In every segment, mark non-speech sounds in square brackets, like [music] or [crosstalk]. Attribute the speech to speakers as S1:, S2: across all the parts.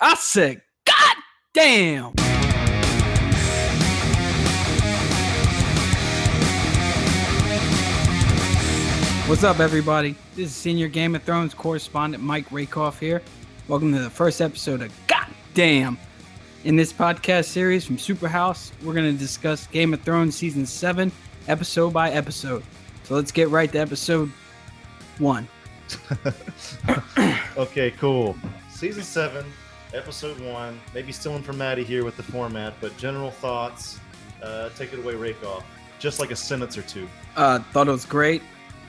S1: I said, God damn. What's up, everybody? This is senior Game of Thrones correspondent Mike Rakoff here. Welcome to the first episode of God Damn. In this podcast series from Superhouse, we're going to discuss Game of Thrones Season 7, episode by episode. So let's get right to episode 1.
S2: Okay, cool. Season seven, episode one. Maybe stealing from Maddie here with the format, but general thoughts. Uh, take it away, Rakoff. Just like a sentence or two. [laughs]
S1: Uh, thought it was great.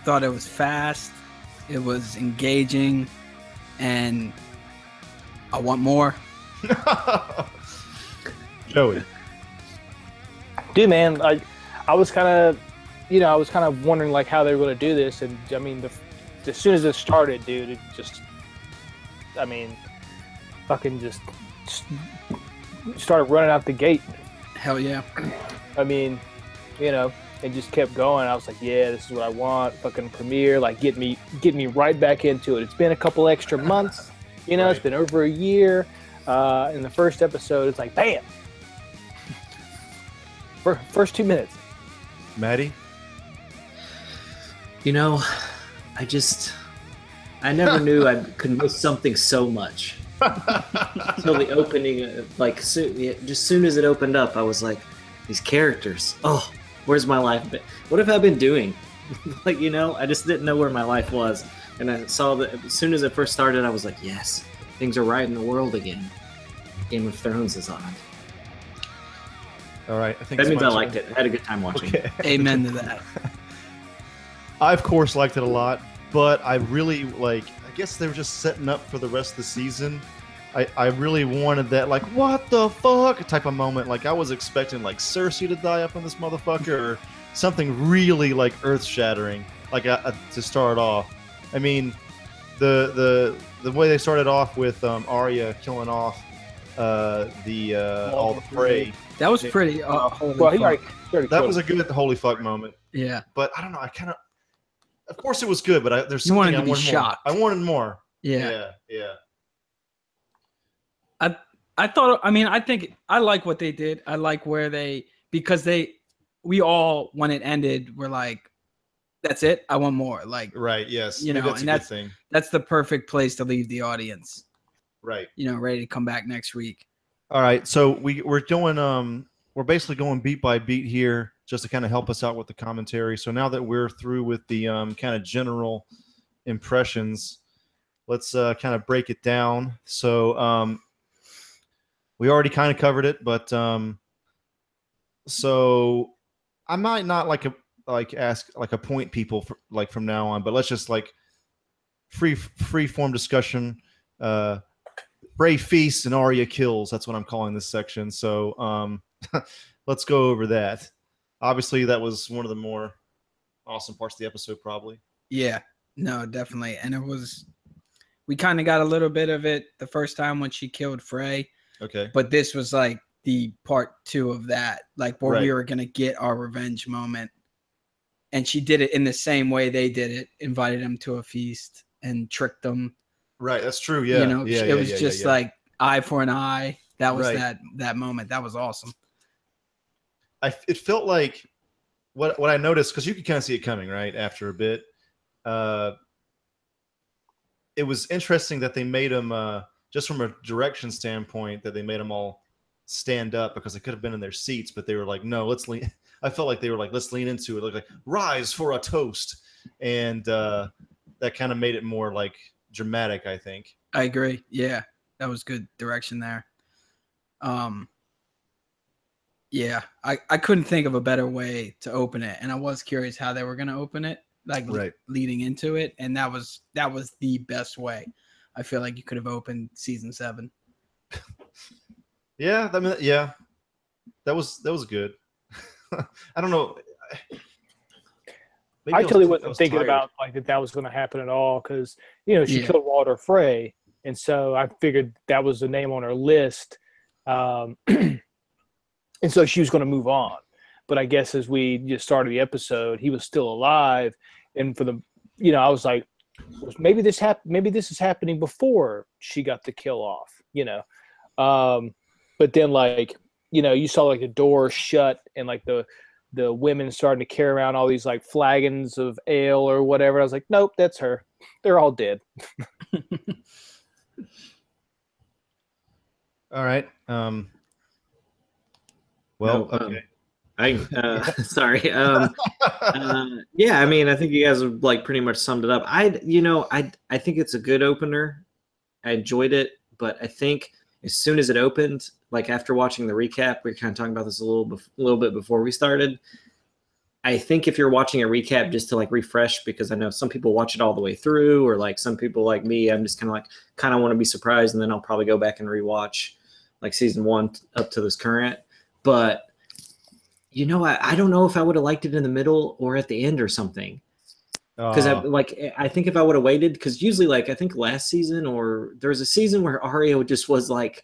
S1: Thought it was fast. It was engaging, and I want more.
S2: Joey.
S3: dude man i i was kind of you know i was kind of wondering like how they were going to do this and i mean the, as soon as it started dude it just i mean fucking just s- started running out the gate
S1: Hell yeah.
S3: i mean you know and just kept going i was like yeah this is what i want fucking premiere like get me get me right back into it it's been a couple extra months you know it's
S2: Right.
S3: been over a year uh, in the first episode it's like bam Fir- first two minutes
S2: Maddie.
S4: You know, I just I never knew I could miss something so much. Until the opening, uh, like so, yeah, just soon as it opened up, I was like, these characters. Oh, where's my life? Been? What have I been doing? [laughs] like you know, I just didn't know where my life was, and I saw that as soon as it first started, I was like, yes, things are right in the world again. Game of Thrones is on.
S2: All right. I think
S4: That
S2: it's
S4: means
S2: my
S4: I
S2: turn.
S4: liked it. I had a good time watching.
S2: Okay.
S1: Amen to that.
S2: I of course liked it a lot, but I really like. I guess they were just setting up for the rest of the season. I, I really wanted that like what the fuck type of moment. Like I was expecting like Cersei to die up on this motherfucker or something really like earth shattering. Like uh, uh, to start off, I mean, the the the way they started off with um, Arya killing off uh, the uh, all the prey.
S1: That was pretty. Uh, holy
S3: well he
S1: fuck.
S3: already, he already
S2: That
S3: killed
S2: was a good holy fuck moment
S1: yeah.
S2: but I don't know. I kind of, of course, it was good, but I, there's
S1: You
S2: something
S1: wanted
S2: I
S1: to be
S2: wanted
S1: shocked.
S2: more. I wanted more.
S1: Yeah.
S2: Yeah, yeah.
S1: I thought I mean I think I like what they did. I like where they because they we all when it ended were like that's it. I want more. Like
S2: Right. Yes.
S1: You
S2: Maybe
S1: know,
S2: that's
S1: and
S2: a
S1: that's-
S2: good thing.
S1: that's the perfect place to leave the audience,
S2: Right.
S1: you know, ready to come back next week.
S2: All right. So we we're doing um we're basically going beat by beat here just to kind of help us out with the commentary. So now that we're through with the um kind of general impressions, let's uh, kind of break it down. So um we already kind of covered it, but um so I might not like a like ask like appoint people for, like from now on, but let's just like free free form discussion. Uh, Ray feasts and Arya kills. That's what I'm calling this section. So um, [laughs] let's go over that. Obviously, that was one of the more awesome parts of the episode, probably.
S1: Yeah. No, definitely. And it was we kind of got a little bit of it the first time when she killed Frey,
S2: Okay.
S1: but this was like the part 2 of that, like where we
S2: Right.
S1: were going to get our revenge moment. And she did it in the same way they did it, invited them to a feast and tricked them
S2: Right. That's true.
S1: you know it was just like eye for an eye that was
S2: Right.
S1: that that moment that was awesome
S2: I, it felt like what what I noticed because you could kind of see it coming, right? After a bit, uh, it was interesting that they made them uh, just from a direction standpoint that they made them all stand up because they could have been in their seats, but they were like, no, let's lean. [laughs] I felt like they were like, let's lean into it, like, like rise for a toast, and uh, that kind of made it more like dramatic. I think.
S1: i agree yeah that was good direction there um yeah i i couldn't think of a better way to open it and i was curious how they were going to open it like le-
S2: Right.
S1: leading into it and that was that was the best way i feel like you could have opened season 7
S2: Yeah, I mean, yeah, that was that was good. [laughs] I don't know. Maybe
S3: I
S2: was-
S3: totally wasn't
S2: was
S3: thinking
S2: tired.
S3: about like that that was going to happen at all because you know she
S1: Yeah.
S3: killed Walter Frey, and so I figured that was the name on her list, um, [clears throat] and so she was going to move on. But I guess as we just started the episode, he was still alive, and for the you know I was like, maybe this happened. Maybe this is happening before she got the kill off. you know. Um, but then like you know you saw like the door shut and like the the women starting to carry around all these like flagons of ale or whatever. I was like, nope, that's her. They're all dead.
S2: All right. Um, well,
S4: No, um,
S2: okay.
S4: I uh, [laughs] sorry. Um, uh, yeah, I mean, I think you guys have like pretty much summed it up. I, you know, I I think it's a good opener. I enjoyed it, but I think as soon as it opened, like after watching the recap, we were kind of talking about this a little bef- little bit before we started. I think if you're watching a recap just to like refresh, because I know some people watch it all the way through, or like some people like me, I'm just kind of like kind of want to be surprised, and then I'll probably go back and rewatch like season one t- up to this current. But you know, I, I don't know if I would have liked it in the middle or at the end or something.
S2: [laughs]
S4: Because I
S2: Uh,
S4: like eh, I think if I would have waited, because usually like I think last season or there was a season where Aria just was like,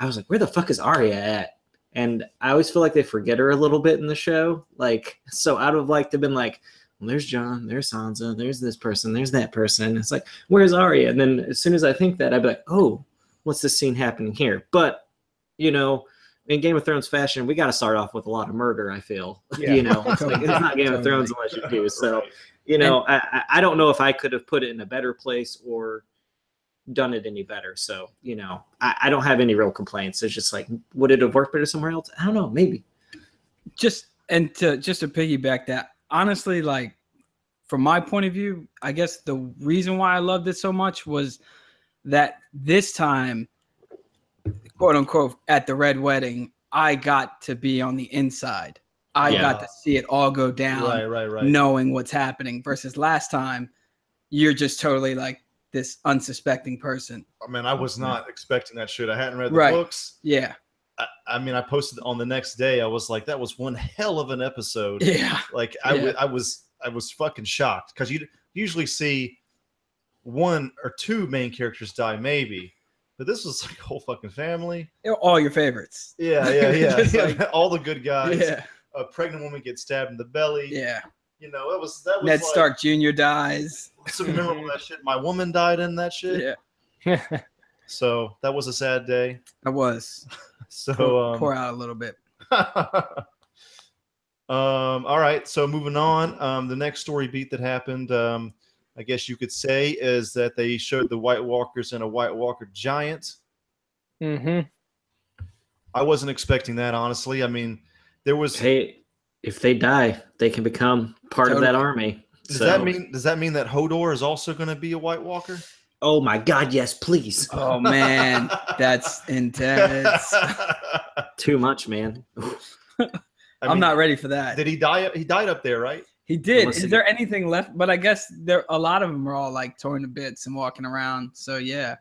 S4: I was like, where the fuck is Aria at? And I always feel like they forget her a little bit in the show. Like, so I'd have liked to have been like, well, there's John, there's Sansa, there's this person, there's that person. It's like, where's Aria? And then as soon as I think that, I'd be like, oh, what's this scene happening here? But you know, in Game of Thrones fashion, we got to start off with a lot of murder. I feel, [laughs]
S2: Yeah.
S4: you know, it's, like, it's not Game
S1: Totally.
S4: of Thrones unless you do. So, you know, I I I don't know if I could have put it in a better place or done it any better. So, you know, I, I don't have any real complaints. It's just like, would it have worked better somewhere else? I don't know. Maybe.
S1: just and to just to piggyback that honestly like from my point of view i guess the reason why i loved it so much was that this time quote unquote at the red wedding i got to be on the inside i
S4: Yeah.
S1: got to see it all go down
S2: right, right, right.
S1: knowing what's happening versus last time you're just totally like this unsuspecting person
S2: I mean, I was not expecting that shit. I hadn't read the
S1: Right.
S2: books.
S1: yeah
S2: I, I mean, I posted on the next day. I was like, that was one hell of an
S4: [laughs]
S2: episode.
S1: yeah
S2: Like I, w-
S1: Yeah.
S2: I was I was fucking shocked because you usually see one or two main characters die, maybe, but this was like a whole fucking family.
S1: They're all your favorites
S2: [laughs] Yeah, yeah, yeah.
S1: Just
S2: yeah.
S1: like-
S2: All the good guys.
S1: yeah
S2: A pregnant woman gets stabbed in the belly.
S1: yeah
S2: You know, that was that was
S1: ned
S2: like
S1: stark jr dies
S2: some memorable that shit. My woman died in that
S1: [laughs]
S2: shit.
S1: yeah
S3: [laughs] Mm-hmm.
S2: So that was a sad day.
S1: i was
S2: So
S1: pour,
S2: um,
S1: pour out a little bit.
S2: [laughs] um, all right. So moving on, um, the next story beat that happened, um, I guess you could say, is that they showed the White Walkers and a White Walker giant.
S3: hmm
S2: I wasn't expecting that, honestly. I mean, there was.
S4: Hey, if they die, they can become part of that
S1: Totally.
S4: army.
S2: does
S4: So-
S2: that mean? Does that mean that Hodor is also going to be a White Walker?
S4: Oh my God! Yes, please.
S2: Uh,
S1: Oh
S2: [laughs]
S1: man, that's [laughs] intense.
S2: um, I
S4: Too much, man.
S1: I'm
S2: mean,
S1: not ready for that.
S2: Did he die? He died up there, right?
S1: he did.
S4: Unless
S1: Is
S4: he-
S1: there anything left? But I guess there a lot of them are all like torn to bits and walking around. So yeah,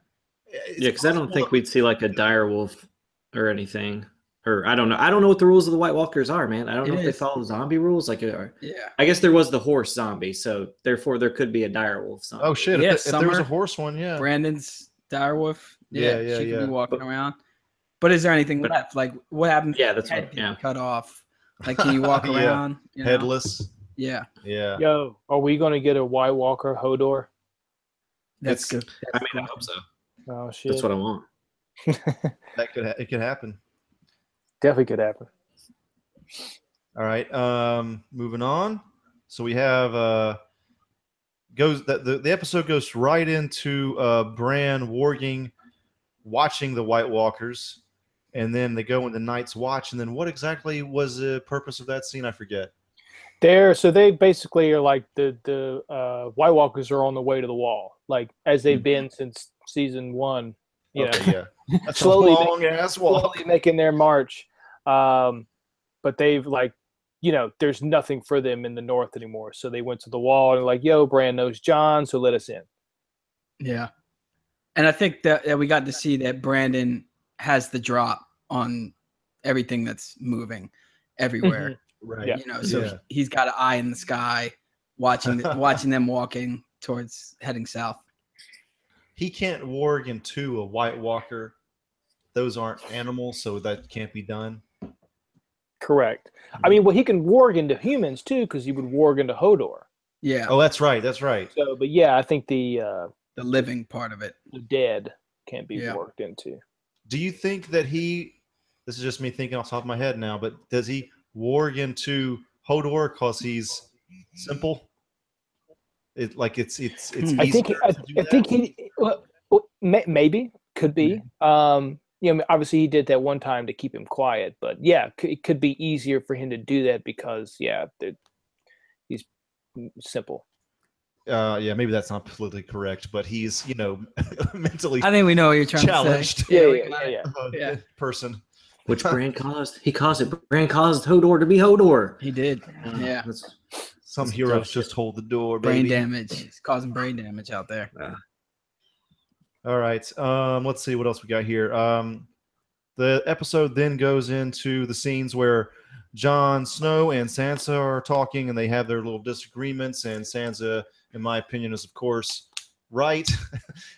S2: It's
S4: yeah, because I don't
S2: possible
S4: think
S2: that-
S4: we'd see like a dire wolf or anything. Or I don't know. I don't know what the rules of the White Walkers are, man. I don't
S1: It
S4: know if they
S1: is.
S4: follow zombie rules. Like, uh,
S1: yeah.
S4: I guess there was the horse zombie, so therefore there could be a dire wolf zombie.
S2: Oh shit!
S1: Yeah,
S2: if, th- if there was
S1: Summer.
S2: a horse one, yeah.
S1: Brandon's direwolf. Yeah,
S2: Yeah, yeah,
S1: she could
S2: yeah.
S1: be walking
S4: But-
S1: around. But is there anything
S4: but-
S1: left? Like what happens?
S4: Yeah, that's
S1: if your head
S4: what-
S1: gets
S4: yeah.
S1: Cut off. Like
S2: [laughs]
S1: can you walk
S2: Yeah.
S1: around? you know?
S2: Headless.
S1: Yeah,
S2: Yeah.
S3: Yo, are we gonna get a White Walker Hodor?
S1: that's
S2: It's-
S1: good.
S4: I
S1: That's
S4: mean, I
S1: good.
S4: hope so.
S3: Oh shit,
S4: That's what I want.
S2: That could ha- it could happen.
S3: definitely could happen.
S2: All right. Um, moving on. So we have uh, goes the, the the episode goes right into uh, Bran warging, watching the White Walkers, and then they go into Night's Watch. And then what exactly was the purpose of that scene? I forget.
S3: They're so they basically are like the the uh, White Walkers are on the way to the wall, like as
S4: Hmm.
S3: they've been since season one. You know,
S2: Okay,
S3: [laughs]
S2: yeah. That's
S3: Slowly
S2: a
S3: they-
S2: long ass walk.
S3: slowly making their march, um, but they've like, you know, there's nothing for them in the north anymore. So they went to the wall and like, yo, Bran knows John, so let us in.
S1: Yeah. And I think that, that we got to see that Brandon has the drop on everything that's moving everywhere.
S2: Right.
S3: Yeah.
S1: You know, so
S2: Mm-hmm. Yeah.
S1: he, has got an eye in the sky watching
S2: [laughs]
S1: the, watching them walking towards heading south.
S2: He can't warg into a White Walker. Those aren't animals, so that can't be done.
S3: Correct.
S4: Hmm.
S3: I mean, well, he can warg into humans too, because he would warg into Hodor.
S1: Yeah,
S2: Oh, that's right. That's right.
S3: So, but yeah, I think the uh,
S1: the living part of it.
S3: the dead can't be
S1: Yeah.
S3: worked into.
S2: Do you think that he? This is just me thinking off the top of my head now, but does he warg into Hodor because he's simple? It like it's it's it's.
S1: Hmm.
S3: I think
S2: easier
S3: I,
S2: to do
S3: I
S2: that?
S3: think he well, well, may- maybe could be. Um, you know, obviously he did that one time to keep him quiet, but yeah, c- it could be easier for him to do that because yeah, the- he's m- simple.
S2: Uh, yeah, maybe that's not politically correct, but he's you know [laughs] mentally
S1: I think we know what you're trying to say.
S2: challenged [laughs]
S3: Yeah,
S1: we
S3: yeah,
S1: got
S3: yeah.
S1: it.
S3: yeah.
S2: uh,
S1: Yeah.
S2: person.
S4: Which Brand caused? He caused it. Brand caused Hodor to be Hodor.
S1: He did. Yeah.
S4: That's-
S2: Some
S4: It's
S2: heroes
S4: tough.
S2: just hold the door,
S1: Brain
S2: Mm-hmm. baby.
S1: damage. He's causing brain damage out there.
S2: All right. Um, let's see what else we got here. Um, the episode then goes into the scenes where Jon Snow and Sansa are talking and they have their little disagreements. And Sansa, in my opinion, is of course right.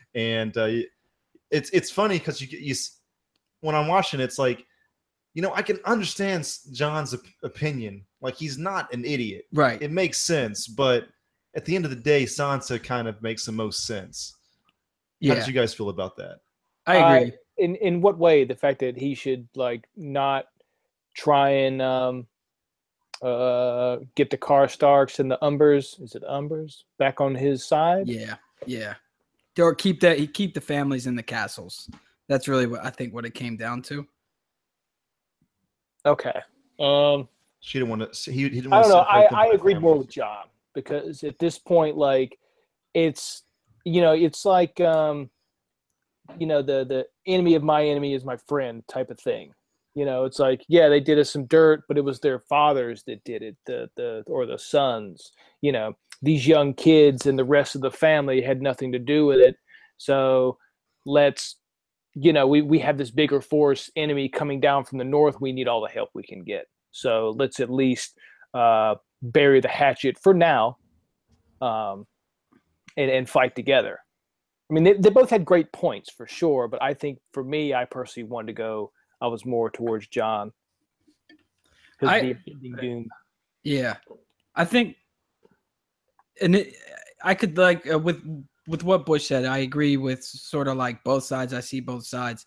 S2: [laughs] and uh, it's it's funny because you, get- you s- when I'm watching, it's like you know I can understand S- Jon's op- opinion. Like he's not an idiot.
S1: Right.
S2: It makes sense, but at the end of the day, Sansa kind of makes the most sense. How
S1: yeah.
S2: did you guys feel about that?
S1: I agree.
S3: In in what way? The fact that he should like not try and um, uh, get the car Starks and the Umbers. Is it Umbers back on his side?
S1: yeah. Yeah. Or keep that he keep the families in the castles. That's really what I think what it came down to.
S3: Okay. Um,
S2: She didn't want to. He, he didn't
S3: I
S2: want
S3: don't
S2: to
S3: know. I, I agree more with John because at this point, like, it's you know, it's like um, you know, the the enemy of my enemy is my friend type of thing. You know, it's like yeah, they did us some dirt, but it was their fathers that did it, the the or the sons. You know, these young kids and the rest of the family had nothing to do with it. So let's you know we, we have this bigger force enemy coming down from the north we need all the help we can get so let's at least uh, bury the hatchet for now um, and, and fight together. I mean, they, they both had great points for sure, but I think for me, I personally wanted to go, I was more towards John. 'Cause
S1: I-
S3: of the impending doom.
S1: Yeah, I think, and it, I could like uh, with with what Bush said. I agree with sort of like both sides. I see both sides,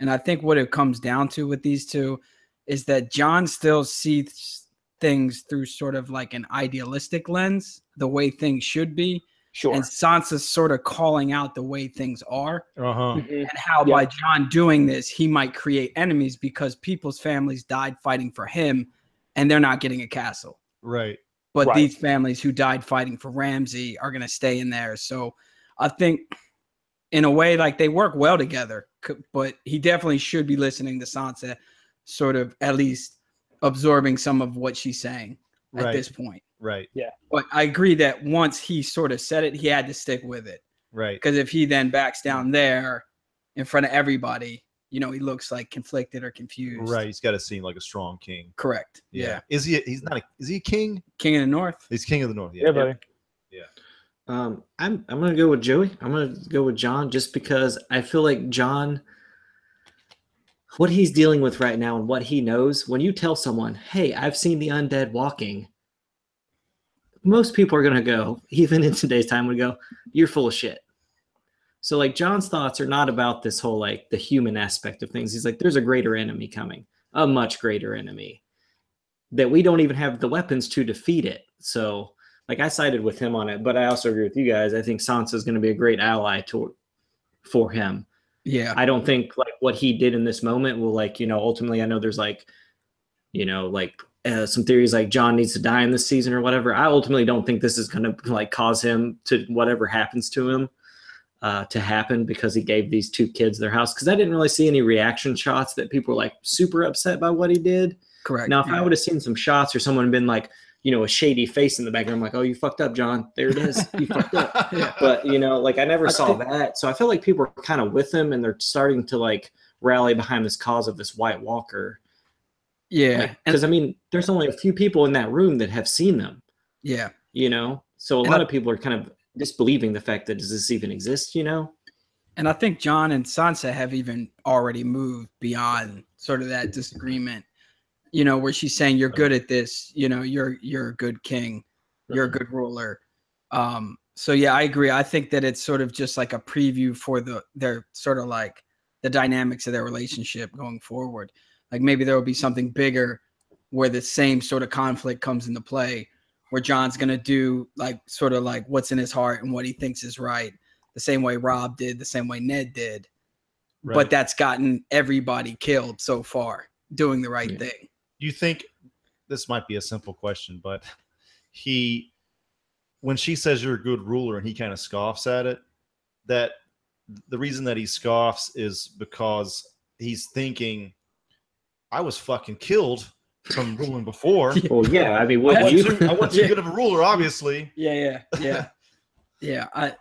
S1: and I think what it comes down to with these two is that John still sees things through sort of like an idealistic lens, the way things should be,
S3: Sure.
S1: and Sansa's sort of calling out the way things are
S2: Uh
S1: Uh-huh.
S3: [laughs]
S2: huh.
S3: Mhm.
S1: and how
S3: Yeah.
S1: by John doing this, he might create enemies because people's families died fighting for him and they're not getting a castle.
S2: Right.
S1: But
S3: Right.
S1: these families who died fighting for Ramsey are going to stay in there. So I think, in a way, like they work well together, c- but he definitely should be listening to Sansa, sort of at least absorbing some of what she's saying at
S2: Right.
S1: this point.
S2: Right.
S1: But I agree that once he sort of said it, he had to stick with it.
S2: Right.
S1: Because if he then backs down there in front of everybody, you know, he looks like conflicted or confused.
S2: Right. He's got to seem like a strong king.
S1: Correct. Yeah.
S2: Is he? He's not. A, is he a king?
S1: King of the North.
S2: He's king of the north.
S3: Yeah, buddy.
S4: Um, I'm I'm gonna go with Joey. I'm gonna go with John just because I feel like John, what he's dealing with right now and what he knows. When you tell someone, "Hey, I've seen the undead walking," most people are gonna go, even in today's time, would go, "You're full of shit." So like John's thoughts are not about this whole like the human aspect of things. He's like, "There's a greater enemy coming, a much greater enemy, that we don't even have the weapons to defeat it." So like I sided with him on it, but I also agree with you guys. I think Sansa is going to be a great ally to for him.
S1: Yeah.
S4: I don't think like what he did in this moment will like you know ultimately. I know there's like you know like uh, some theories like John needs to die in this season or whatever. I ultimately don't think this is going to like cause him to whatever happens to him uh, to happen because he gave these two kids their house. Because I didn't really see any reaction shots that people were like super upset by what he did.
S1: Correct.
S4: Now, if I
S1: yeah.
S4: would have seen some shots or someone been like, you know, a shady face in the background, I'm like, oh, you fucked up, John. There it is. You
S1: [laughs]
S4: fucked up.
S2: yeah.
S4: But, you know, like I never
S1: I
S4: saw
S1: think-
S4: that. So I feel like people are kind of with him and they're starting to like rally behind this cause of this White Walker.
S1: Yeah.
S4: Because,
S1: And,
S4: I mean, there's only a few people in that room that have seen them,
S1: yeah.
S4: you know? So a
S1: And
S4: lot
S1: I-
S4: of people are kind of disbelieving the fact that does this even exist, you know?
S1: And I think John and Sansa have even already moved beyond sort of that disagreement, you know, where she's saying, You're good at this, you know, you're you're a good king, you're a good ruler. Um, so yeah, I agree. I think that it's sort of just like a preview for the their sort of like the dynamics of their relationship going forward. Like maybe there will be something bigger where the same sort of conflict comes into play, where John's gonna do like sort of like what's in his heart and what he thinks is right, the same way Rob did, the same way Ned did. But
S2: Right.
S1: that's gotten everybody killed so far doing the right
S4: Yeah.
S1: thing.
S2: do you think this might be a simple question, but he, when she says you're a good ruler and he kind of scoffs at it, that the reason that he scoffs is because he's thinking, I was fucking killed from
S1: [laughs]
S2: ruling before.
S4: Well, yeah. I mean,
S2: I
S4: what you?
S2: wasn't, I wasn't too good of a ruler, obviously.
S1: Yeah, yeah, [laughs] yeah, yeah. I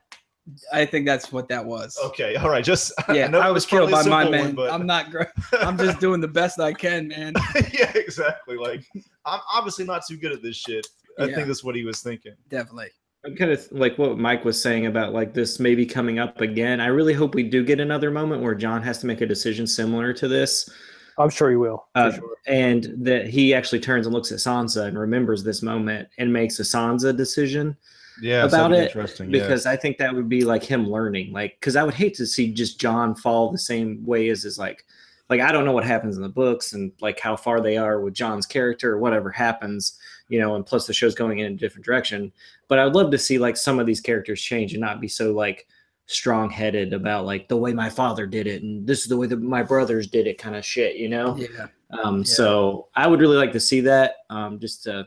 S1: I think that's what that was.
S2: Okay, all right, just [laughs]
S1: Yeah,
S2: know
S1: I
S2: it
S1: was
S2: probably
S1: killed by
S2: a
S1: my
S2: simple
S1: man.
S2: one, but- [laughs]
S1: I'm not. Gr- I'm just doing the best I can, man.
S2: yeah, exactly. Like I'm obviously not too good at this shit. I
S1: Yeah.
S2: think that's what he was thinking.
S1: Definitely.
S4: I'm kind of like what Mike was saying about like this maybe coming up again. I really hope we do get another moment where John has to make a decision similar to this,
S3: I'm sure you will.
S4: uh, and that he actually turns and looks at Sansa and remembers this moment and makes a Sansa decision.
S2: Yeah,
S4: it's About something it,
S2: Interesting.
S4: because I think that would be like him learning, like, because I would hate to see just John fall the same way as is like, like I don't know what happens in the books and like how far they are with John's character or whatever happens, you know, and plus the show's going in a different direction. But I'd love to see like some of these characters change and not be so like strong headed about like the way my father did it and this is the way that my brothers did it kind of shit, you
S2: Oh.
S4: know?
S1: Yeah.
S4: Um, So I would really like to see that. Um, just to,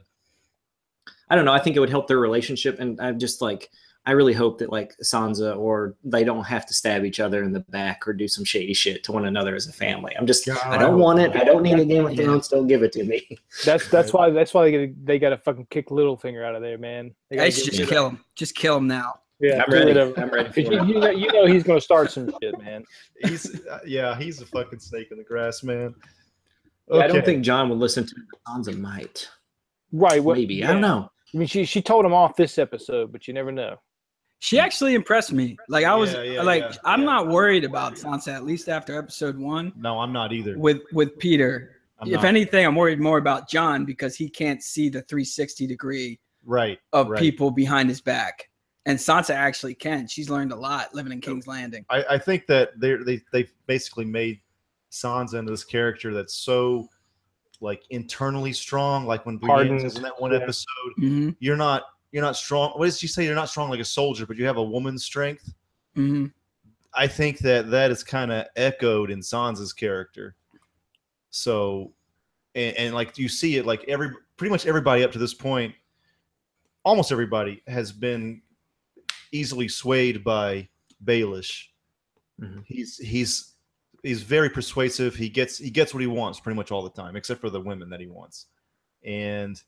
S4: I don't know. I think it would help their relationship, and I'm just like, I really hope that like Sansa or they don't have to stab each other in the back or do some shady shit to one another as a family. I'm just, I don't want it. I don't need a Game of
S1: Yeah.
S4: Thrones. Don't give it to me.
S3: That's that's why that's why they gotta, they got to fucking kick Littlefinger out of there, man. They gotta
S1: I should
S3: get
S1: just
S3: rid
S1: kill him. Just kill him now.
S3: of- Yeah,
S4: [laughs] I'm
S3: get
S4: ready.
S3: rid of-
S4: I'm ready for
S3: You,
S4: it.
S3: you know, you know he's gonna start some shit, man.
S2: he's uh, yeah, he's a fucking snake in the grass, man.
S4: [laughs] I don't think John would listen to it, but Sansa. Might
S3: Right? What,
S4: maybe I don't
S3: yeah.
S4: know.
S3: I mean, she she told him off this episode, but you never know.
S1: She actually impressed me. Like I was
S2: Yeah, yeah,
S1: like
S2: yeah,
S1: I'm
S2: yeah.
S1: not worried about Sansa at least after episode 1
S2: No, I'm not either.
S1: with with Peter.
S2: I'm
S1: if
S2: not.
S1: anything I'm worried more about John because he can't see the 360 degree
S2: right.
S1: of
S2: right.
S1: people behind his back. And Sansa actually can. She's learned a lot living in King's Landing.
S2: I, I think that they they they basically made Sansa into this character that's so like internally strong. Like when Brienne
S3: Hardened,
S2: says in that one
S3: yeah.
S2: episode,
S1: Mhm,
S2: you're not you're not strong. What did she say? You're not strong like a soldier, but you have a woman's strength.
S1: mhm.
S2: I think that that is kind of echoed in Sansa's character. So, and, and like you see it, like every pretty much everybody up to this point, almost everybody has been easily swayed by Baelish.
S4: Mhm.
S2: He's he's he's very persuasive. He gets he gets what he wants pretty much all the time, except for the women that he wants, and.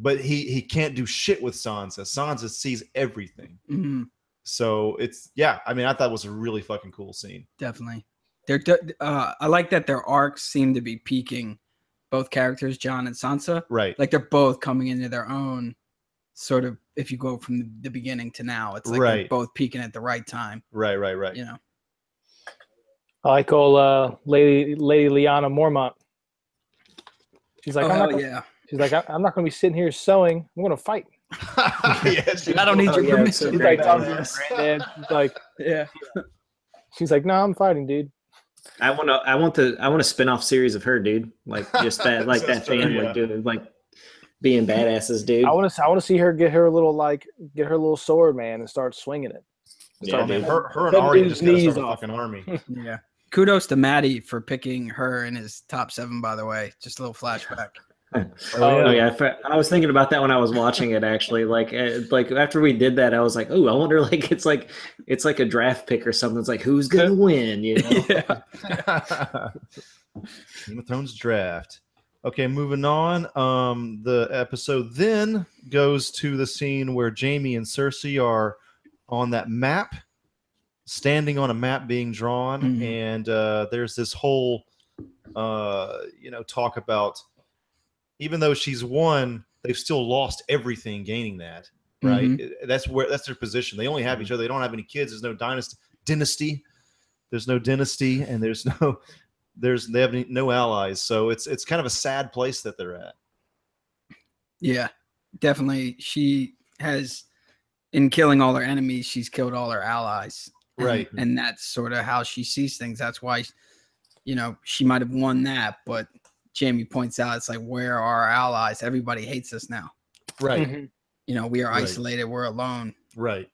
S2: But he he can't do shit with Sansa. Sansa sees everything.
S1: Mhm,
S2: So it's yeah. I mean, I thought it was a really fucking cool scene.
S1: Definitely. They're de- uh, I like that their arcs seem to be peaking both characters John and Sansa.
S2: Right.
S1: like they're both coming into their own sort of if you go from the, the beginning to now it's like they're
S2: Right.
S1: both peaking at the right time
S2: Right. Right. Right. [laughs]
S1: you know
S3: I like old uh, lady Lady Liana Mormont. She's like,
S1: oh,
S3: I'm not
S1: hell
S3: gonna,
S1: yeah
S3: she's like, "I- I'm not gonna be sitting here sewing. I'm gonna fight.
S2: Yes,
S1: i don't need
S4: Oh,
S1: your
S4: yeah, it's so
S1: permission
S3: She's
S4: great.
S3: like,
S4: Right.
S3: talking to her granddad. She's like,
S1: yeah
S3: she's like, no, I'm fighting, dude.
S4: I want to. I want the. I want a spin-off series of her, dude. Like just that. Like that
S2: That's true,
S4: family,
S2: yeah.
S4: dude. Like being badasses, dude.
S3: I want to, I want to see her get her a little like, get her little sword, man, and start swinging it.
S2: Oh, man, her, her and
S3: Cut
S2: Arya
S3: dude's
S2: just got
S3: knees
S2: a
S3: off.
S2: fucking army.
S1: yeah kudos to maddie for picking her in his top seven by the way just a little flashback
S4: Oh,
S3: Oh,
S4: yeah, I fe- I was thinking about that when I was watching it. Actually, like, uh, like after we did that, I was like, "Oh, I wonder." [laughs] Like, it's like, it's like a draft pick or something. It's like, who's gonna win? You know?
S1: yeah
S2: Game of Thrones draft. Okay, moving on. Um, the episode then goes to the scene where Jamie and Cersei are on that map, standing on a map being drawn,
S1: Mhm.
S2: and uh, there's this whole, uh, you know, talk about even though she's won, they've still lost everything gaining that.
S1: Mm-hmm.
S2: Right, Eh, that's where that's their position. They only have each other. They don't have any kids. There's no dynasty. Dynasty. There's no dynasty, and there's [laughs] no there's they have no allies so it's it's kind of a sad place that they're at
S1: yeah definitely she has in killing all her enemies she's killed all her allies
S2: Right.
S1: and that's sort of how she sees things. That's why, you know, she might have won that, but Jamie points out it's like where are our allies? Everybody hates us now.
S2: Right.
S3: Mhm.
S1: You know, we are
S2: Right.
S1: isolated. We're alone.
S2: Right.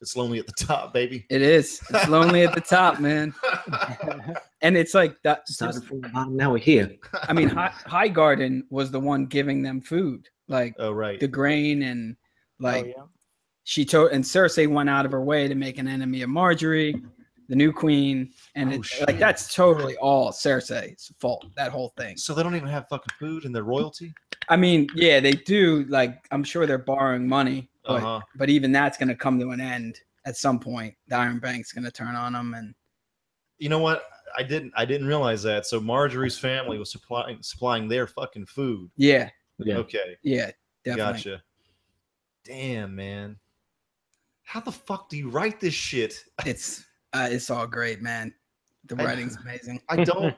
S2: It's lonely at the
S1: [laughs]
S2: top, baby.
S1: It is. It's lonely at the top, man.
S3: Mm-hmm. [laughs] Oh,
S1: And it's like that.
S2: [laughs]
S4: Started from the bottom, now we're here.
S1: I mean, High, High Garden was the one giving them food, like
S2: oh, right.
S1: the grain and like
S3: oh, yeah.
S1: she told and Cersei went out of her way to make an enemy of Marjorie, the new queen, and
S2: Oh,
S1: it,
S2: shit.
S1: like that's totally all Cersei's fault. That whole thing.
S2: So they don't even have fucking food and they're royalty?
S1: I mean, yeah, they do. Like I'm sure they're borrowing money,
S2: Uh
S1: but
S2: huh.
S1: but even that's going to come to an end at some point. The Iron Bank's going to turn on them, and
S2: You know what? I didn't I didn't realize that. So Marjorie's family was supplying supplying their fucking food.
S1: yeah,
S4: Yeah.
S2: Okay.
S1: yeah, definitely.
S2: Gotcha. Damn, man. How the fuck do you write this shit?
S1: It's uh, it's all great, man. The
S2: I-
S1: writing's amazing.
S2: I don't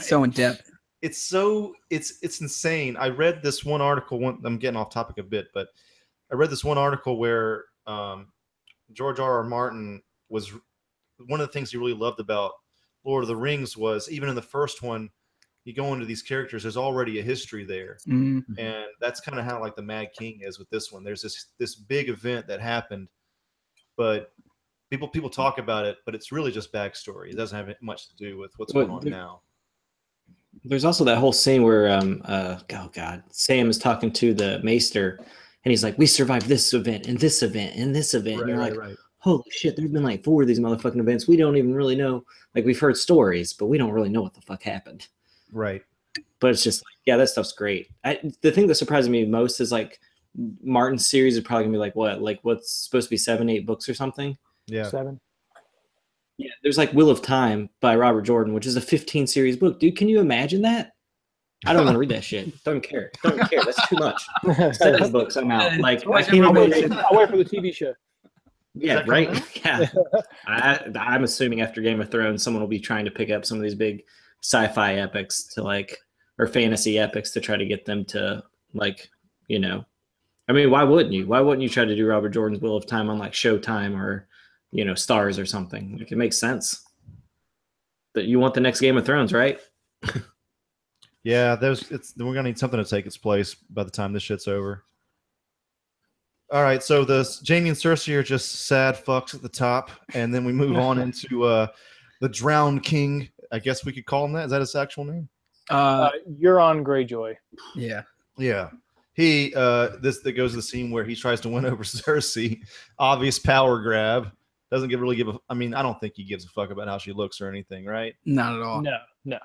S1: So in depth.
S2: it's so it's it's insane. I read this one article. One, I'm getting off topic a bit, but I read this one article where um, George R. R. Martin was one of the things he really loved about Lord of the Rings was even in the first one, you go into these characters. There's already a history there,
S1: Mm,
S2: and that's kind of how like the Mad King is with this one. There's this this big event that happened, but people people talk about it, but it's really just backstory. It doesn't have much to do with what's
S4: Well,
S2: going on
S4: there-
S2: now.
S4: There's also that whole scene where, um, uh, oh god, Sam is talking to the Maester, and he's like, "We survived this event, and this event, and this event." and you're like,
S2: right.
S4: "Holy shit!" There's been like four of these motherfucking events. We don't even really know. Like we've heard stories, but we don't really know what the fuck happened.
S2: Right.
S4: but it's just like, yeah, that stuff's great. I, the thing that surprises me most is like Martin's series is probably gonna be like what, like what's supposed to be seven, eight books or something.
S2: Yeah.
S3: [laughs] Seven.
S4: Yeah, there's like Wheel of Time by Robert Jordan, which is a 15 series book. Dude, can you imagine that? I don't want to read that shit. Don't care. Don't care. That's too much. Seven books. I'm out. Like I can't
S3: I'll,
S4: even.
S3: wait, I'll wait for the TV show.
S4: Yeah,
S2: Does that
S4: right.
S2: come
S4: [laughs] Yeah, I, I'm assuming after Game of Thrones, someone will be trying to pick up some of these big sci-fi epics to like or fantasy epics to try to get them to like you know. I mean, why wouldn't you? Why wouldn't you try to do Robert Jordan's Wheel of Time on like Showtime or you know Stars or something? Like it makes sense. That you want the next Game of Thrones, right?
S2: Yeah, there's it's we're gonna need something to take its place by the time this shit's over. All right, so the Jamie and Cersei are just sad fucks at the top, and then we move
S4: [laughs]
S2: on into uh the Drowned King. I guess we could call him that. Is that his actual name?
S1: uh,
S3: Uh, you're on Greyjoy.
S1: yeah,
S2: Yeah. He uh this that goes to the scene where he tries to win [laughs] over Cersei. Obvious power grab. Doesn't give really give a I mean, I don't think he gives a fuck about how she looks or anything, right?
S1: not at all.
S3: No, no.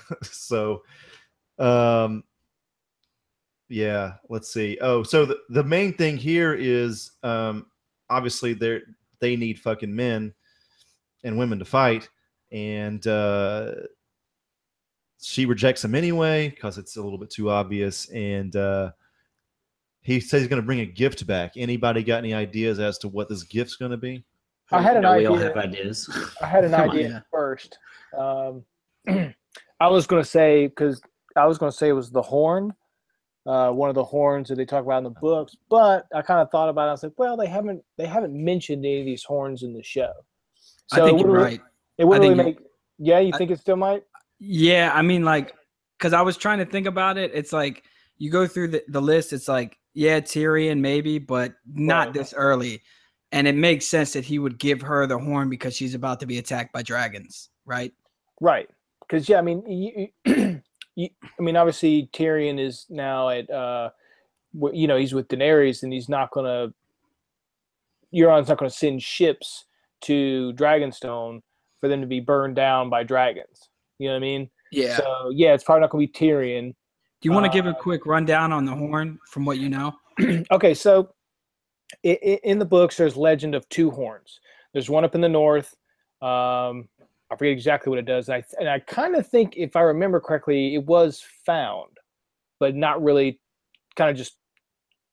S2: [laughs] so um yeah let's see oh so the, the main thing here is um obviously they're they need fucking men and women to fight and uh she rejects him anyway because it's a little bit too obvious and uh he says he's going to bring a gift back anybody got any ideas as to what this gift's going to
S3: [laughs]
S2: be
S3: I had an
S4: know We all
S3: idea.
S4: have ideas.
S3: [laughs] I had an
S4: Come on.
S3: idea
S1: yeah.
S3: first. Um, [clears throat] I was gonna say because I was gonna say it was the horn, uh, one of the horns that they talk about in the books. But I kind of thought about it. I was like, well, they haven't they haven't mentioned any of these horns in the show.
S1: I think
S3: it
S1: you're
S3: wouldn't-
S1: right.
S3: It wouldn't
S1: think
S3: really
S1: you're-
S3: make. Yeah, you
S1: I-
S3: think it still might?
S1: Yeah, I mean, like, because I was trying to think about it. It's like you go through the, the list. It's like, yeah, Tyrion maybe, but not
S3: Right.
S1: this early. And it makes sense that he would give her the horn because she's about to be attacked by dragons, right?
S3: Right. Because yeah, I mean, you, you, [clears throat] you, I mean, obviously Tyrion is now at, uh, wh- you know, he's with Daenerys, and he's not gonna. Euron's not gonna send ships to Dragonstone for them to be burned down by dragons. You know what I mean?
S1: Yeah.
S3: So yeah, it's probably not gonna be Tyrion.
S1: Do you want to give a
S3: uh,
S1: quick rundown on the horn from what you
S3: [laughs]
S1: know?
S3: [clears throat] okay, so i i in the books, there's legend of two horns. There's one up in the north. Um, I forget exactly what it does. And I, th- and I kind of think, if I remember correctly, it was found, but not really, kind of just,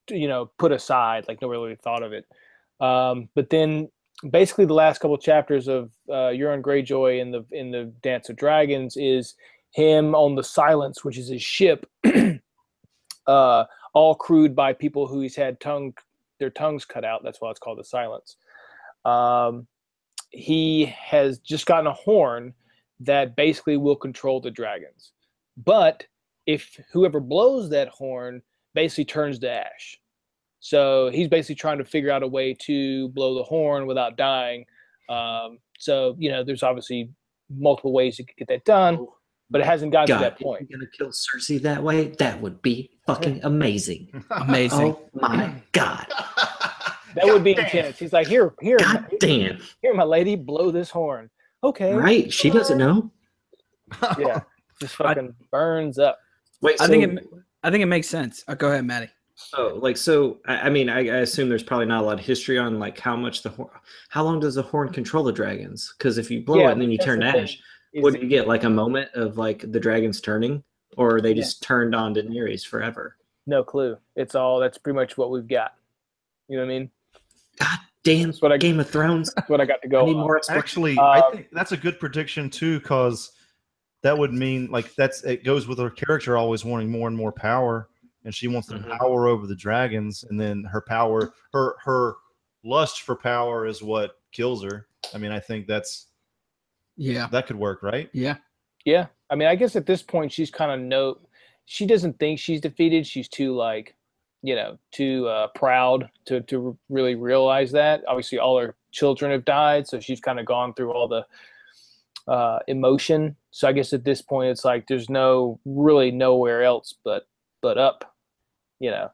S3: you know, put aside. Like nobody really thought of it. Um, but then, basically, the last couple chapters of uh, Euron Greyjoy in the in the Dance of Dragons is him on the Silence, which is his ship. uh, all crewed by people who he's had tongue their tongues cut out. That's why it's called the silence. Um, he has just gotten a horn that basically will control the dragons. But if whoever blows that horn basically turns to ash. So he's basically trying to figure out a way to blow the horn without dying. Um, so, you know, there's obviously multiple ways you could get that done, but it hasn't gotten
S4: Oh, God,
S3: to that
S4: if
S3: point.
S4: you're gonna kill Cersei that way? That would be fucking
S3: [laughs]
S4: amazing.
S1: Amazing.
S4: Oh
S3: [clears throat]
S4: my god.
S3: That would be [laughs] intense. He's like, here, here,
S4: God damn.
S3: here, my lady, blow this horn. Okay.
S4: Right? She doesn't know. [laughs]
S3: Yeah. Just fucking burns up.
S4: Wait,
S1: I think it I think it makes sense. Uh, go ahead, Maddie.
S4: so like so I, I mean I, I assume there's probably not a lot of history on like how much the horn how long does the horn control the dragons? Because if you blow
S3: Yeah,
S4: it and then you
S3: that's
S4: turn
S3: the
S4: to
S3: thing,
S4: ash,
S3: is
S4: what
S3: that-
S4: do you get? Like a moment of like the dragons turning? Or they
S3: Yeah.
S4: just turned on Daenerys forever.
S3: No clue. It's all that's pretty much what we've got. You know what I
S4: [laughs]
S3: mean?
S4: Damn
S3: That's what I
S4: Game of
S3: [laughs]
S4: Thrones.
S3: that's what I got to
S4: I
S3: go.
S4: need
S3: on.
S4: more explanation.
S2: Actually,
S3: Um,
S2: I think that's a good prediction too, because that would mean like that's it goes with her character always wanting more and more power, and she wants the
S4: Mhm.
S2: power over the dragons, and then her power, her her lust for power is what kills her. I mean, I think that's
S1: Yeah.
S2: that could work, right?
S1: Yeah.
S3: Yeah. I mean, I guess at this point she's kind of no she doesn't think she's defeated. She's too like, you know, too uh, proud to to r- really realize that. Obviously all her children have died, so she's kind of gone through all the uh emotion. So I guess at this point it's like there's no really nowhere else but but up, you know.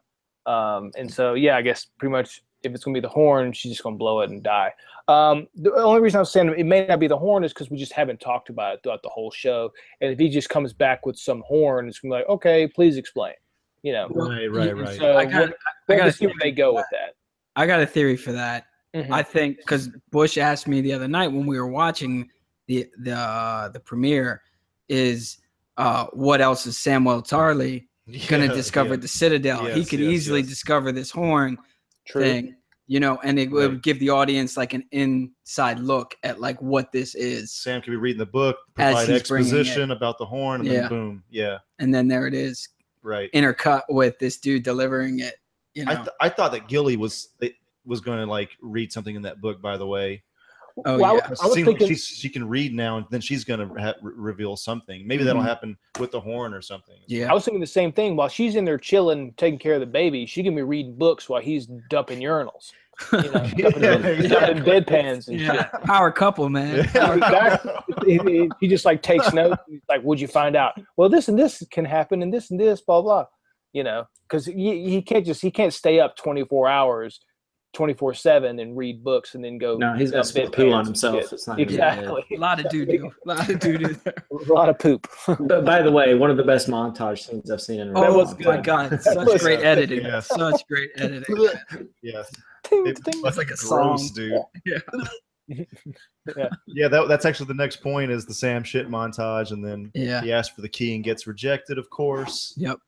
S3: Um and so yeah, I guess pretty much if it's going to be the horn, she's just going to blow it and die. Um, the only reason I'm saying it may not be the horn is because we just haven't talked about it throughout the whole show. And if he just comes back with some horn, it's gonna be like, okay, please explain. You know,
S1: Well,
S2: Right,
S1: right,
S2: right,
S1: right.
S2: right.
S3: so
S1: I got I
S3: we'll, we'll
S1: got a
S3: just see where they go with that.
S1: I got a theory for that.
S3: Mhm.
S1: I think because Bush asked me the other night when we were watching the the uh, the premiere is uh, what else is Samuel Tarly gonna discover the Citadel? he
S2: Yes,
S1: could
S2: yes,
S1: easily
S2: yes.
S1: discover this horn
S3: True.
S1: thing, you know, and it would
S2: Right.
S1: give the audience like an inside look at like what this is,
S2: Sam could be reading the book,
S1: As
S2: provide
S1: he's bringing it.
S2: exposition about the horn, and
S1: Yeah.
S2: then boom, yeah,
S1: and then there it is
S2: right.
S1: intercut with this dude delivering it. You know,
S2: I, th- I thought that Gilly was it was going to like read something in that book. By the way,
S1: Oh,
S3: Well, I
S1: yeah.
S3: was-
S2: It
S3: I was
S2: seems like
S3: thinking-
S2: she's, she can read now, and then she's going to ha- re- reveal something. Maybe that'll
S1: Mhm.
S2: happen with the horn or something.
S3: I
S1: yeah,
S3: was thinking the same thing. While she's in there chilling, taking care of the baby, she can be reading books while he's dumping urinals, you
S4: [laughs]
S3: know, dumping,
S2: Yeah,
S3: dumping bedpans and
S1: yeah. [laughs] power couple, man.
S2: [laughs] Yeah.
S3: shit. He, he- he just like takes notes. and he's like, "Would you find out? Well, this and this can happen, and this and this, blah blah." You know, because he, he can't just he can't stay up twenty four hours, twenty four seven, and read books and then go.
S4: [laughs] No, he's gonna
S3: dump
S4: spit
S3: bedpans
S4: poo on
S3: and shit.
S4: himself. It's not gonna be good.
S3: Exactly.
S1: A lot of doo doo, a lot of doo doo.
S3: [laughs]
S2: [laughs]
S3: A lot of poop.
S4: But by the way, one of the best montage scenes I've seen in a
S3: That
S4: really
S1: Oh
S3: was
S4: long
S1: my
S2: [laughs]
S4: time.
S1: god, such
S3: was-
S1: great editing.
S2: Yeah.
S1: Such great editing.
S2: [laughs] Yes,
S3: Ting,
S2: It-
S3: ting.
S1: It's like a
S2: gross,
S1: song.
S2: dude.
S1: Yeah.
S3: Yeah.
S2: [laughs] yeah, that, that's actually the next point is the Sam shit montage, and then
S1: Yeah.
S2: he asks for the key and gets rejected, of course.
S1: Yep.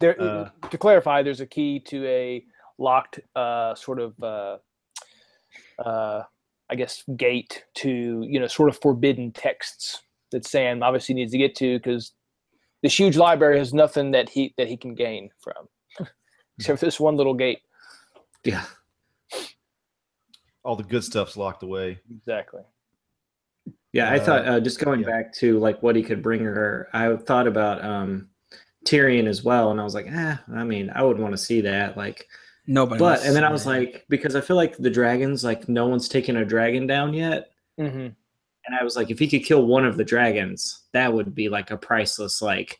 S3: there,
S2: Uh,
S3: to clarify, there's a key to a locked uh, sort of, uh, uh, I guess, gate to you know sort of forbidden texts that Sam obviously needs to get to because this huge library has nothing that he that he can gain from [laughs] except for this one little gate.
S4: Yeah.
S2: All the good stuff's locked away.
S3: Exactly.
S4: Yeah, I
S2: Uh,
S4: thought uh, just going
S2: yeah.
S4: back to like what he could bring her, I thought about um Tyrion as well, and I was like, eh, I mean, I would want to see that. Like,
S1: Nobody.
S4: but
S1: wants
S4: and then
S1: to
S4: I was
S1: see
S4: like, because I feel like the dragons, like no one's taken a dragon down yet,
S3: hmm
S4: and I was like, if he could kill one of the dragons, that would be like a priceless, like,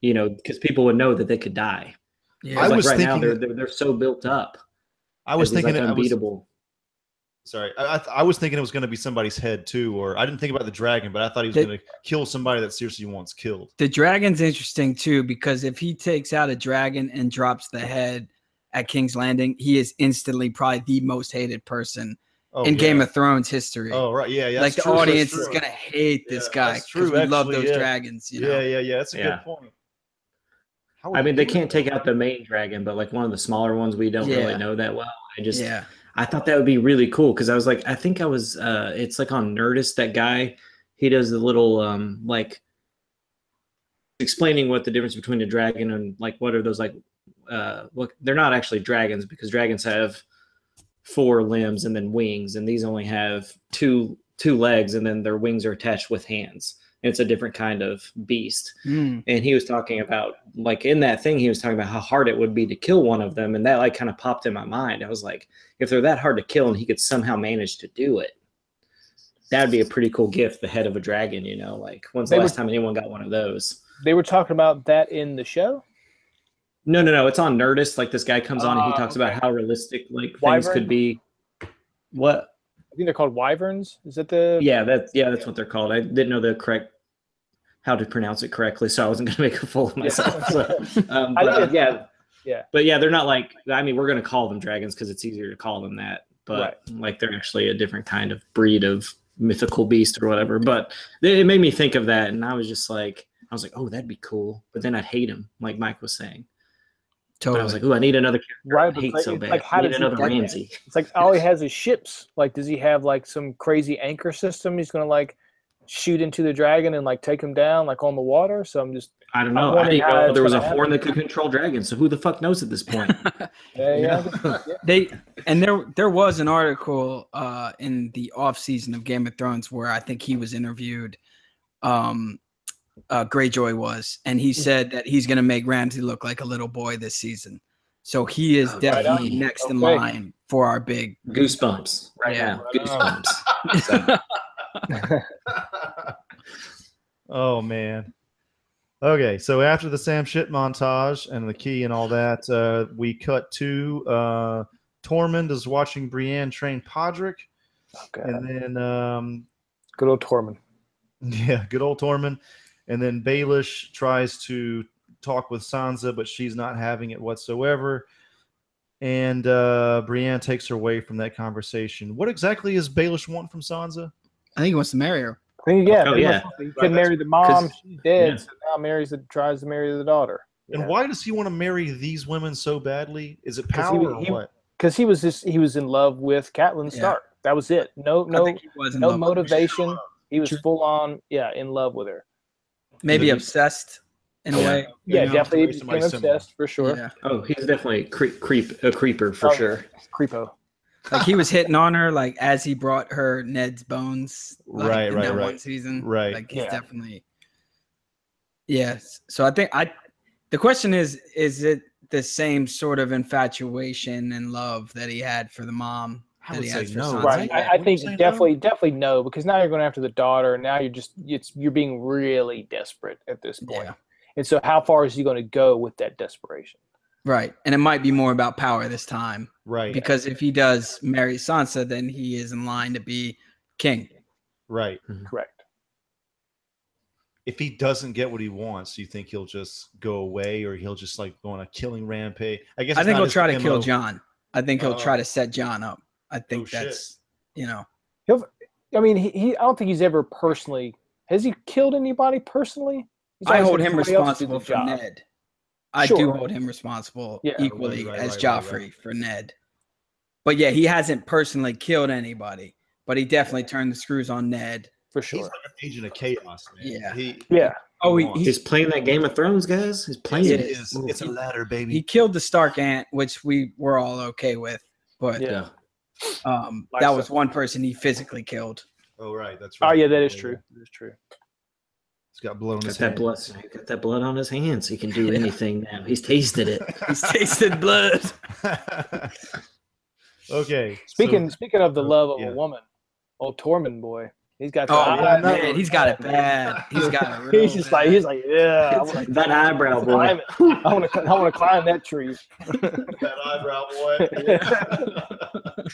S4: you know, because people would know that they could die.
S1: that.
S2: I
S1: yeah.
S4: Like,
S2: was
S4: right now,
S2: thinking
S4: they're,
S2: that-
S4: they're they're so built up.
S2: I was
S4: It's like
S2: thinking it- I was-
S4: unbeatable.
S2: Sorry, I, I, th- I was thinking it was going to be somebody's head too, or I didn't think about the dragon, but I thought he was
S1: Did-
S2: going to kill somebody that seriously wants killed.
S1: the dragon's interesting too because if he takes out a dragon and drops the head at King's Landing, he is instantly probably the most hated person
S2: Oh,
S1: in
S2: yeah.
S1: Game of Thrones history.
S2: Oh right, yeah, yeah.
S1: like
S2: that's
S1: the
S2: true, that's
S1: audience is
S2: true.
S1: gonna hate this
S2: Yeah,
S1: guy
S2: that's
S1: because
S2: true,
S1: we love
S2: actually,
S1: those
S2: yeah.
S1: dragons. You
S2: Yeah,
S1: know?
S2: yeah, yeah. That's a
S4: Yeah.
S2: good point. How
S4: I
S2: would
S4: mean, they
S2: you-
S4: can't take out the main dragon, but like one of the smaller ones we don't
S1: Yeah.
S4: really know that well. I just,
S1: yeah.
S4: I thought that would be really cool because I was like, I think I was, uh, it's like on Nerdist, that guy, he does the little, um, like explaining what the difference between a dragon and like what are those like, uh, look, they're not actually dragons because dragons have four limbs and then wings, and these only have two two legs, and then their wings are attached with hands. And it's a different kind of beast.
S1: Mm.
S4: And he was talking about like in that thing, he was talking about how hard it would be to kill one of them, and that like kind of popped in my mind. I was like, if they're that hard to kill, and he could somehow manage to do it. That'd be a pretty cool gift, the head of a dragon, you know. Like, when's the
S3: They
S4: last
S3: would-
S4: time anyone got one of those?
S3: They were talking about that in the show.
S4: No, no, no. It's on Nerdist. Like this guy comes on and he
S3: Ah,
S4: talks about how realistic like things
S3: Wyvern?
S4: could be. What?
S3: I think they're called wyverns. Is that the?
S4: Yeah, that yeah, that's what they're called. I didn't know the correct how to pronounce it correctly, so I wasn't gonna make a fool of myself. [laughs]
S3: [laughs]
S4: so, um,
S3: I
S4: but, uh,
S3: did.
S4: yeah,
S3: Yeah.
S4: But yeah, they're not like. I mean, we're gonna call them dragons because it's easier to call them that. But like, they're actually a different kind of breed of mythical beast or whatever. But it it made me think of that, and I was just like, I was like, oh, that'd be cool. But then I'd hate him, like Mike was saying. But I was
S1: Totally.
S4: like, ooh, I need another
S3: Right.
S4: I
S3: but
S4: hate
S3: like-
S4: so
S3: it's
S4: bad.
S3: Like, how
S4: I need
S3: does he
S4: another
S3: get that?
S4: Ramsey.
S3: It's like all he has is ships. Like, does he have like some crazy anchor system? He's gonna like shoot into the dragon and like take him down like on the water. So I'm just
S4: I don't know. I
S3: wondering
S4: didn't
S3: how
S4: know
S3: it's
S4: there was a
S3: gonna
S4: horn that could control dragons. So who the fuck knows at
S3: [laughs]
S4: this point?
S3: yeah,
S4: You
S3: yeah.
S4: [laughs] know?
S1: they and there there was an article uh in the off season of Game of Thrones where I think he was interviewed um uh Greyjoy was and he said that he's going to make Ramsey look like a little boy this season. So he is
S4: Oh, right
S1: definitely
S4: on.
S1: next in
S3: Okay.
S1: line for our big
S4: Goosebumps right
S1: Yeah.
S4: now.
S3: Right on.
S4: Goosebumps.
S1: [laughs]
S2: oh man. Okay, so after the Sam shit montage and the key and all that, uh, we cut to uh, Tormund is watching Brienne train Podrick,
S3: Okay.
S2: and then um,
S3: Good old Tormund.
S2: [laughs] yeah, good old Tormund, and then Baelish tries to talk with Sansa, but she's not having it whatsoever. And uh, Brienne takes her away from that conversation. What exactly is Baelish want from Sansa?
S1: I think he wants to marry her.
S3: I think yeah,
S4: Oh,
S3: pretty
S4: yeah.
S3: much he can marry the mom.
S4: 'Cause-
S3: She's dead,
S4: yeah.
S3: so now marries the tries to marry the daughter.
S2: And why does he want to marry these women so badly? Is it
S3: 'Cause he-
S2: power or
S3: he-
S2: what?
S3: Because he was just he was in love with Catelyn
S1: Yeah.
S3: Stark. That was it. No,
S1: I
S3: no,
S1: think he was in
S3: no
S1: love with her.
S3: motivation. He was
S1: True.
S3: full on, yeah, in love with her.
S1: Maybe
S2: Yeah.
S1: obsessed in a
S4: Yeah.
S1: way. you
S3: Yeah,
S1: know?
S3: definitely
S2: Somebody
S3: became obsessed
S2: similar.
S3: for sure.
S1: Yeah.
S4: Oh, he's definitely a creep, creep a creeper for
S3: Oh,
S4: sure.
S3: Creepo.
S1: Like he was hitting on her like as he brought her Ned's bones. Like,
S2: Right,
S1: in
S2: right,
S1: that
S2: right.
S1: One season.
S2: Right.
S1: Like he's
S3: Yeah.
S1: definitely. Yes. So I think I. The question is: Is it the same sort of infatuation and love that he had for the mom?
S2: I
S1: that
S2: would
S1: he
S2: say
S1: has for
S2: no.
S1: Sansa?
S3: Right.
S2: Yeah.
S3: I, I
S2: Wouldn't
S3: think
S2: you say no?
S3: definitely, definitely no, because now you're going after the daughter, and now you're just it's you're being really desperate at this point.
S1: Yeah.
S3: And so, how far is he going to go with that desperation?
S1: Right. And it might be more about power this time
S2: Right,
S1: because if he does marry Sansa, then he is in line to be king.
S2: right.
S3: Correct.
S2: If he doesn't get what he wants, you think he'll just go away, or he'll just like go on a killing rampage? I guess
S1: I
S2: it's
S1: think
S2: not
S1: he'll
S2: his
S1: try to kill
S2: MO.
S1: John. I think he'll
S2: Oh.
S1: try to set John up. I think
S2: shit.
S1: that's you know.
S3: I mean, he, he I don't think he's ever personally has he killed anybody personally. He's
S1: I
S3: always
S1: hold
S3: had
S1: him
S3: somebody else do the
S1: responsible for
S3: job.
S1: Ned. I do
S3: Sure.
S1: hold him responsible
S3: Yeah.
S1: equally
S2: Right, right,
S1: as
S2: right, right,
S1: Joffrey
S2: right.
S1: for Ned. But yeah, he hasn't personally killed anybody, but he definitely turned the screws on Ned.
S3: for
S2: He's
S3: sure.
S2: like an agent of chaos, man.
S1: Yeah.
S2: he,
S3: Yeah,
S1: Oh, he,
S2: Come on.
S1: he,
S4: He's playing that Game of Thrones, guys. He's playing
S1: It
S4: it.
S1: is.
S4: Ooh,
S2: it's a ladder, baby.
S1: he killed the Stark Ant, which we were all okay with. But
S3: yeah.
S4: yeah.
S1: um,
S3: Like
S1: that
S3: so.
S1: was one person he physically [laughs] killed.
S2: oh, right, that's right.
S3: Oh yeah, that is true. That is true.
S2: He's got blood on
S4: Got
S2: his
S4: that
S2: head.
S4: blood. he Got that blood on his hands. He can do
S1: Yeah.
S4: anything now. He's
S3: [laughs]
S4: tasted it.
S2: [laughs]
S1: He's tasted [laughs] blood.
S2: okay.
S3: Speaking speaking of the
S2: uh,
S3: love of
S2: yeah.
S3: a woman, old Tormund boy, he's got. the
S1: Oh
S3: eye,
S2: yeah, I
S1: man,
S2: know.
S1: he's got it bad. He's [laughs] got it. Real
S3: He's just
S1: bad.
S3: like he's like yeah. I
S4: It's
S3: wanna-
S4: like that eyebrow boy.
S3: climb it. [laughs] I want to. I want to climb that tree.
S2: so, [laughs] that eyebrow boy.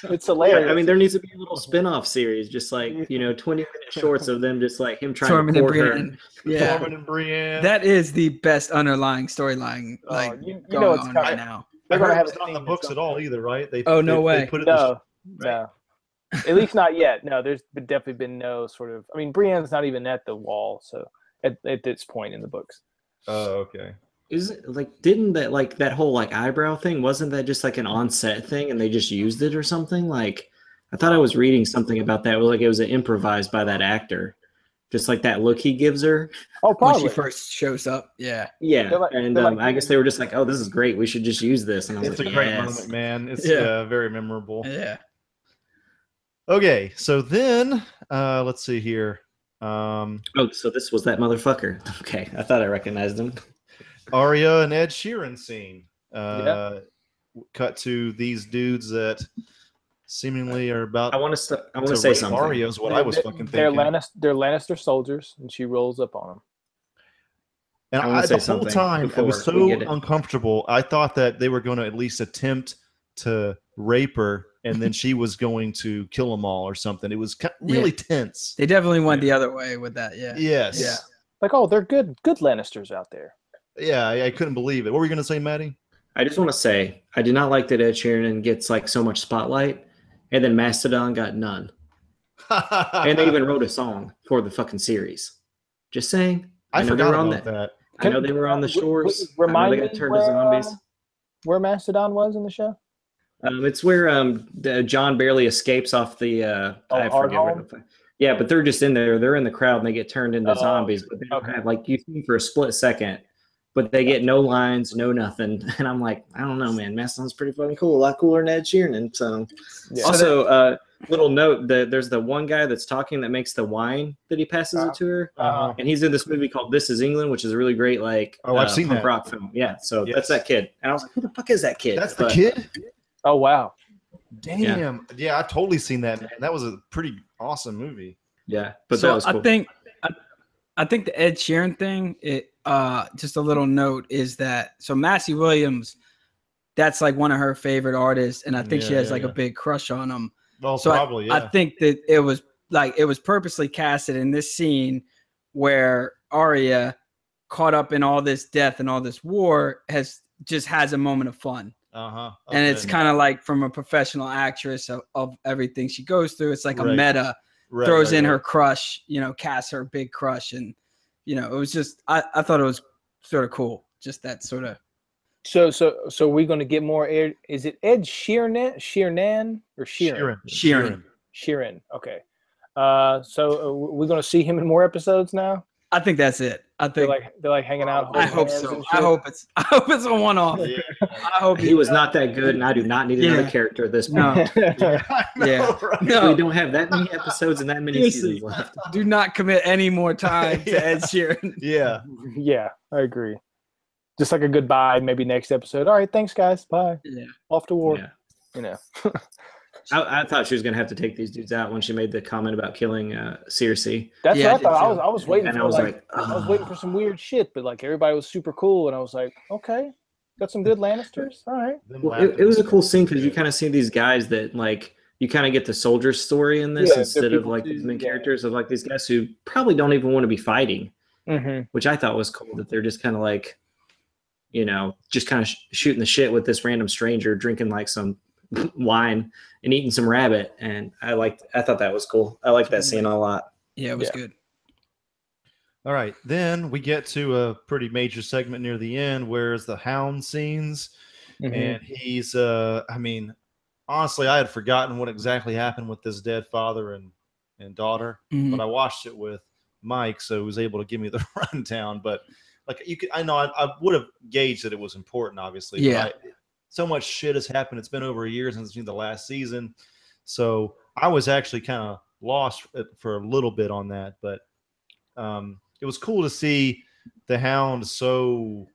S3: It's
S4: Yeah,
S3: hilarious.
S4: I mean, there needs to be a little spin-off series, just like you know, twenty-minute shorts of them, just like him trying
S1: Tormund
S4: to
S1: and
S4: court her.
S1: Brienne. Yeah.
S3: [laughs]
S2: Tormund and Brienne.
S1: That is the best underlying storyline
S3: Oh,
S1: like
S3: you, you
S1: going
S3: know it's
S1: on
S3: coming.
S1: right now.
S2: I
S3: They're gonna
S2: heard
S3: have
S2: it's
S3: a
S2: not in the
S3: theme or
S2: books at all either, right? They
S1: Oh, no
S2: they-
S1: way.
S2: They put it in the
S3: No, no. At least not yet. No, there's been definitely been no sort of. I mean, Brienne's not even at the wall, so at, at this point in the books.
S2: Oh, okay.
S4: Is it like didn't that like that whole like eyebrow thing wasn't that just like an onset thing and they just used it or something? Like I thought I was reading something about that. It was like it was improvised by that actor. Just like that look he gives her.
S3: Oh,
S1: When she
S3: probably.
S1: first shows up, yeah.
S4: Yeah.
S3: They're like-
S4: and
S3: they're
S4: um,
S3: like-
S4: I guess they were just like, Oh, this is great. We should just use this. And I was
S2: It's a
S4: like,
S2: great
S4: yes.
S2: moment, man. It's
S1: Yeah.
S2: uh, very memorable.
S1: Yeah.
S2: Okay, so then uh, let's see here. Um,
S4: Oh, so this was that motherfucker. [laughs] Okay, I thought I recognized him.
S2: Aria and Ed Sheeran scene. Uh, w- Cut to these dudes that seemingly are about
S4: I want to. St- I want
S2: to
S4: to say
S2: rape
S4: something.
S2: Aria is what I was fucking
S3: They're
S2: thinking.
S3: Lannister, they're Lannister soldiers, and she rolls up on them.
S2: and
S4: I
S2: I,
S4: wanna say
S2: the whole
S4: something
S2: time I was
S4: before we
S2: so
S4: get it.
S2: uncomfortable. I thought that they were going to at least attempt to rape her, and then she was going to kill them all or something. It was ki-
S1: Yeah.
S2: really tense.
S1: They definitely went the other way with that. Yeah.
S2: Yes.
S1: Yeah.
S3: Like, oh, they're good, good Lannisters out there.
S2: Yeah, I, I couldn't believe it. What were you going to say, Maddie? [laughs]
S4: I just want to say I do not like that Ed Sheeran gets like so much spotlight, and then Mastodon got none, and they even wrote a song for the fucking series. Just saying.
S2: I,
S4: know they
S2: forgot
S4: were on
S2: about
S4: that.
S2: that.
S4: I know they were on the
S3: Can-
S4: shores.
S3: w- w-
S4: I know
S3: remind
S4: they got
S3: me
S4: turned to
S3: where, uh,
S4: zombies.
S3: Where Mastodon was in the show?
S4: Um, it's where um, the, John barely escapes off the. Uh,
S3: Oh,
S4: I forget.
S3: Argyle?
S4: What the, yeah, but they're just in there. They're in the crowd and they get turned into
S3: Oh,
S4: zombies. But they don't
S3: okay.
S4: have like you see for a split second, but they get no lines, no nothing. [laughs] And I'm like, I don't know, man. Mastodon's pretty fucking cool. A lot cooler than Ed Sheeran. And so,
S3: Yeah.
S4: also, uh, little note: the, there's the one guy that's talking that makes the wine that he passes
S2: Ah.
S3: Uh-huh.
S4: it to her.
S3: Uh,
S4: And he's in this movie called This Is England, which is a really great like
S2: Oh, I've
S4: uh,
S2: seen
S4: punk
S2: that.
S4: rock film. Yeah, so
S2: Yes.
S4: that's that kid. And I was like, who the fuck is that kid?
S2: That's the
S4: But-
S2: kid.
S3: oh wow.
S4: Yeah.
S2: Damn. Yeah. I've totally seen that. Man. That was a pretty awesome movie.
S4: Yeah, but
S1: so
S4: that was cool.
S1: I think I, I think the Ed Sheeran thing. It uh, just a little note is that so Massey Williams, that's like one of her favorite artists, and I think she
S2: Yeah,
S1: has
S2: yeah,
S1: like
S2: yeah.
S1: a big crush on him.
S2: Well,
S1: So
S2: probably. yeah.
S1: I think that it was like it was purposely casted in this scene where Arya, caught up in all this death and all this war, has just has a moment of fun.
S2: uh huh.
S1: And it's kind of like from a professional actress of, of everything she goes through. It's like a
S2: Right.
S1: meta throws in her crush, you know, casts her big crush, and you know, it was just I, I thought it was sort of cool, just that sort of
S3: So so so we're gonna get more air. Is it Ed Sheeran? Sheeran or Sheeran?
S1: Sheeran.
S3: Sheeran. Okay. Uh, so uh, w- we're gonna see him in more episodes now.
S1: I think that's it. I
S3: They're
S1: think
S3: like they're like hanging out.
S1: I
S3: holding
S1: hope
S3: hands
S1: so.
S3: and
S1: I
S3: shit?
S1: hope it's [laughs] I hope it's a one off.
S2: Yeah.
S1: I hope
S4: he
S1: he,
S4: was not that good, and I do not need another
S1: Yeah.
S4: character at this point.
S3: [laughs]
S1: no,
S2: [laughs] I
S1: [laughs]
S2: know,
S1: Yeah.
S2: right?
S1: [laughs]
S4: We
S1: no,
S4: don't have that many episodes and that many
S1: Seriously.
S4: seasons left.
S1: do not commit any more time to
S2: Yeah.
S1: Ed Sheeran.
S2: Yeah.
S3: Yeah, I agree. Just like a goodbye, maybe next episode. All right, thanks guys. Bye.
S1: Yeah.
S3: Off to war.
S4: Yeah.
S3: You know.
S4: I, I thought she was gonna have to take these dudes out when she made the comment about killing uh, Circe, and
S3: That's
S1: Yeah, I
S3: what I
S1: did
S3: thought. I
S1: too.
S3: was I was waiting
S4: I
S3: for
S4: was
S3: like,
S4: like,
S3: I was waiting for some weird shit, but like everybody was super cool, and I was like, okay, got some good Lannisters. All right.
S2: Them
S4: Well,
S2: laughing
S4: it, it was a
S2: is
S4: cool scene because you
S2: good.
S4: kind of see these guys that like you kind of get the soldier story in this
S3: Yeah, they're
S4: instead of
S3: people
S4: like these
S3: who-
S4: main
S3: yeah.
S4: characters of like these guys who probably don't even want to be fighting,
S3: Mm-hmm.
S4: which I thought was cool that they're just kind of like, you know, just kind of sh- shooting the shit with this random stranger drinking like some [laughs] wine and eating some rabbit, and I liked I thought that was cool. I liked that scene a lot.
S1: Yeah, it was
S3: Yeah.
S1: good.
S2: All right. Then we get to a pretty major segment near the end where it's the hound scenes.
S1: Mm-hmm.
S2: and he's uh i mean honestly i had forgotten what exactly happened with this dead father and and daughter
S1: Mhm.
S2: but i watched it with mike so he was able to give me the [laughs] rundown but like you could i know i, I would have gauged that it was important obviously but
S1: Yeah.
S2: I- so much shit has happened it's been over a year since I've seen the last season so i was actually kind of lost f- for a little bit on that but um it was cool to see the hound so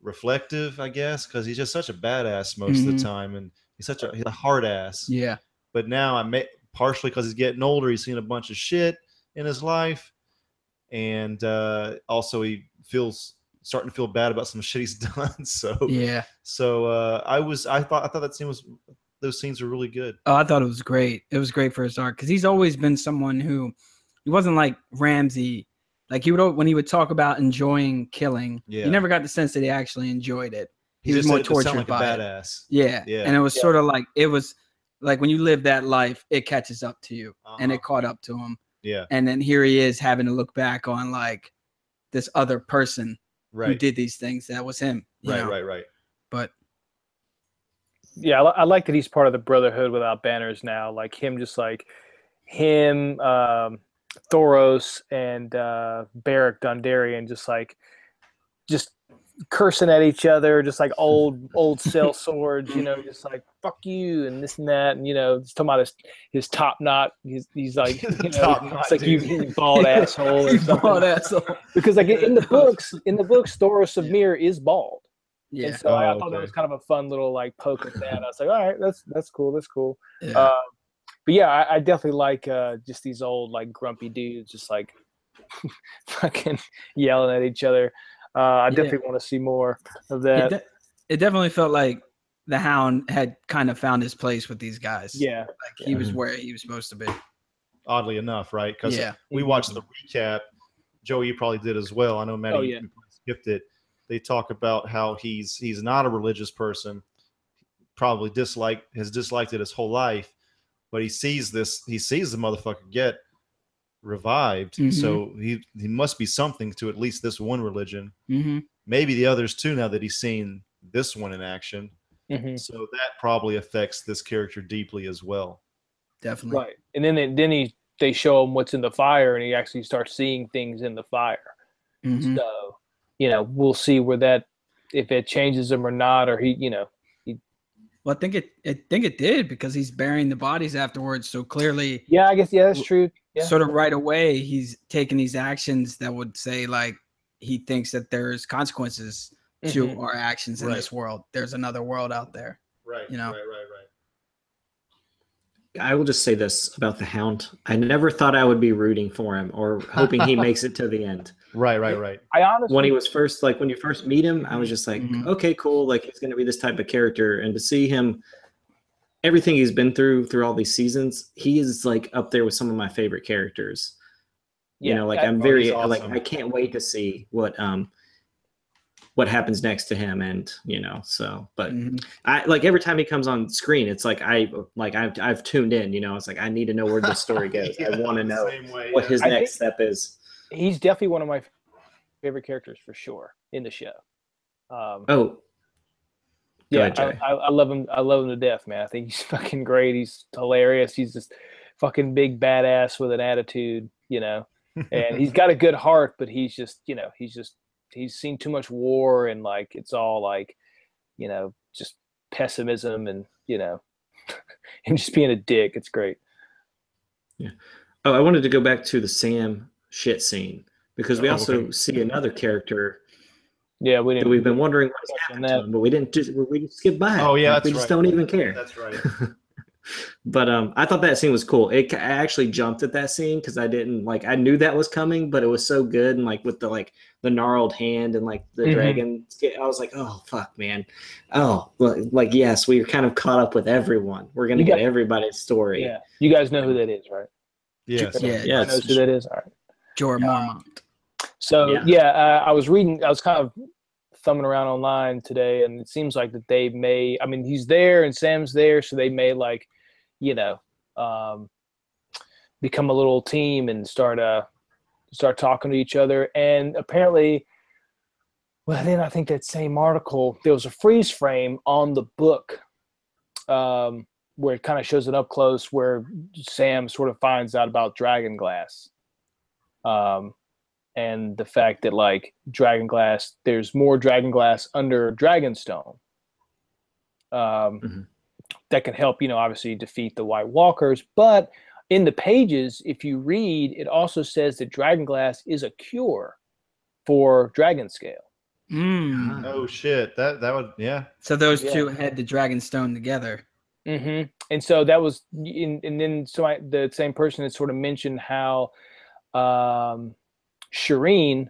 S2: reflective, I guess, because he's just such a badass most of
S1: Mhm.
S2: the time, and he's such a he's a hard ass.
S1: Yeah,
S2: But now I may partially because he's getting older, he's seen a bunch of shit in his life, and uh, also he feels starting to feel bad about some [laughs] shit he's done. So
S1: yeah.
S2: so uh, I was I thought I thought that scene was those scenes were really good.
S1: Oh, I thought it was great. It was great for his art because he's always been someone who he wasn't like Ramsey. Like he would al- when he would talk about enjoying killing,
S2: Yeah.
S1: you never got the sense that he actually enjoyed it. He was
S2: just
S1: more
S2: said it to sound
S1: tortured by
S2: like
S1: it.
S2: a badass.
S1: Yeah.
S2: Yeah.
S1: And it was
S3: Yeah.
S1: sort of like it was like when you live that life, it catches up to you. And it
S2: Uh-huh.
S1: caught up to him.
S2: yeah
S1: And then here he is having to look back on like this other person who
S2: right
S1: did these things. That was him. you
S2: right
S1: know?
S2: right right
S1: But
S3: Yeah, I, li- I like that he's part of the Brotherhood without banners now. Like him, just like him, um, Thoros and uh, Barrack Dondarrion, just like just cursing at each other, just like old
S2: [laughs]
S3: old cell swords, you know, just like fuck you and this and that, and you know, just talking about his, his top knot. He's,
S2: [laughs]
S3: he's like,
S2: The
S3: you know,
S2: top
S3: it's
S2: knot,
S3: like you,
S2: dude. [laughs]
S3: you
S1: [laughs]
S3: bald asshole, or
S1: You bald
S3: something.
S1: asshole.
S3: Because like in the books, in the books, Thoros of Mir is bald,
S1: Yeah.
S3: and so I, I
S2: Oh,
S3: thought that
S2: okay.
S3: was kind of a fun little like poke at that. I was like, all right, that's that's cool, that's cool.
S1: yeah.
S3: Uh, but yeah, I, I definitely like uh, just these old like grumpy dudes, just like [laughs] fucking yelling at each other. Uh, I
S1: Yeah.
S3: definitely want to see more
S1: it,
S3: of that.
S1: de- it definitely felt like the hound had kind of found his place with these guys.
S3: yeah,
S1: Like he was where he was supposed to be.
S2: Oddly enough, right? Because
S1: Yeah.
S2: we watched the recap. Joey, you probably did as well. I know Maddie
S3: Oh, yeah.
S2: you probably skipped it. They talk about how he's he's not a religious person, probably disliked has disliked it his whole life, but he sees this he sees the motherfucker get revived.
S1: Mhm.
S2: So he he must be something to at least this one religion.
S1: Mm-hmm.
S2: Maybe the others too. Now that he's seen this one in action,
S3: Mhm.
S1: Mm-hmm.
S2: so that probably affects this character deeply as well.
S1: Definitely.
S3: right. And then it, then he they show him what's in the fire, and he actually starts seeing things in the fire.
S1: Mhm.
S3: So you know, we'll see where that if it changes him or not, or he, you know,
S1: Well, I think it. I think it did because he's burying the bodies afterwards. So clearly,
S3: yeah, I guess yeah, that's true. Yeah.
S1: sort of right away, he's taking these actions that would say like he thinks that there's consequences
S3: Mhm.
S1: to our actions in
S2: Right.
S1: this world. There's another world out there.
S2: Right.
S1: You know.
S2: Right. Right. Right.
S4: I will just say this about the Hound. I never thought I would be rooting for him or hoping he makes it to the end.
S2: Right. Right. Right.
S3: I honestly
S4: When he was first, like when you first meet him, I was just like,
S1: Mhm.
S4: okay, cool. Like he's going to be this type of character. And to see him, everything he's been through through all these seasons, he is like up there with some of my favorite characters. you know like
S3: I-
S4: I, am
S2: oh,
S4: very uh,
S2: he's
S4: like
S2: awesome.
S4: i can't wait to see what um what happens next to him and you know so but
S2: Mm.
S1: Mhm.
S4: i like every time he comes on screen it's like i like i've, I've tuned in you know it's like i need to know where the
S2: [laughs]
S4: story goes i
S2: Yeah,
S4: want to
S2: the
S4: know
S2: same way,
S4: what
S2: yeah.
S4: his
S3: I
S4: next
S3: think-
S4: step is
S3: he's definitely one of my favorite characters for sure in the show. Um,
S4: oh Go
S3: yeah,
S4: ahead, Jay.
S3: I, I, I love him. I love him to death, man. I think he's [laughs] fucking great. He's hilarious. He's just fucking big badass with an attitude, you know. And he's got a good heart, but he's just, you know, he's just he's seen too much war and like it's all like, you know, just pessimism and you know, [laughs] him just being a dick. It's great.
S4: oh i wanted to go back to the sam shit scene because we
S2: Oh,
S4: also
S2: okay.
S4: see another character
S3: Yeah, we
S4: that
S3: didn't.
S4: we've been wondering what has
S3: touch on
S4: happened to
S3: that.
S4: him, but we didn't just we just skip by. it.
S2: Oh, yeah,
S4: Like, we
S2: that's
S4: just
S2: right.
S4: don't even care.
S2: That's right.
S4: but um i thought that scene was cool it i actually jumped at that scene because i didn't like i knew that was coming but it was so good and like with the like the gnarled hand and like the
S3: Mhm.
S4: dragon skin, i was like oh fuck man oh li- like yes we're kind of caught up with everyone we're gonna
S3: You
S4: get
S3: got-
S4: everybody's story
S3: Yeah, you guys know who that is, right?
S2: Yes.
S1: Yeah.
S4: Yeah,
S3: I
S4: it's-
S3: knows who that is. All right.
S1: Jorah Mormont.
S3: So
S4: Yeah.
S3: yeah, uh, I was reading. I was kind of thumbing around online today, and it seems like that they may. I mean, he's there and Sam's there, so they may like, you know, um, become a little team and start uh start talking to each other. And apparently, well, then I think that same article there was a freeze frame on the book. Um, where it kind of shows it up close, where Sam sort of finds out about Dragon Glass. Um, and the fact that like dragon glass there's more dragon glass under dragonstone um,
S4: Mhm.
S3: that can help you know obviously defeat the white walkers but in the pages if you read it also says that dragon glass is a cure for dragon scale
S1: Mm.
S2: Oh shit. That that would yeah.
S1: So those
S3: Yeah.
S1: two had the dragon stone together.
S3: hmm And so that was, and, and then so I, the same person had sort of mentioned how um, Shireen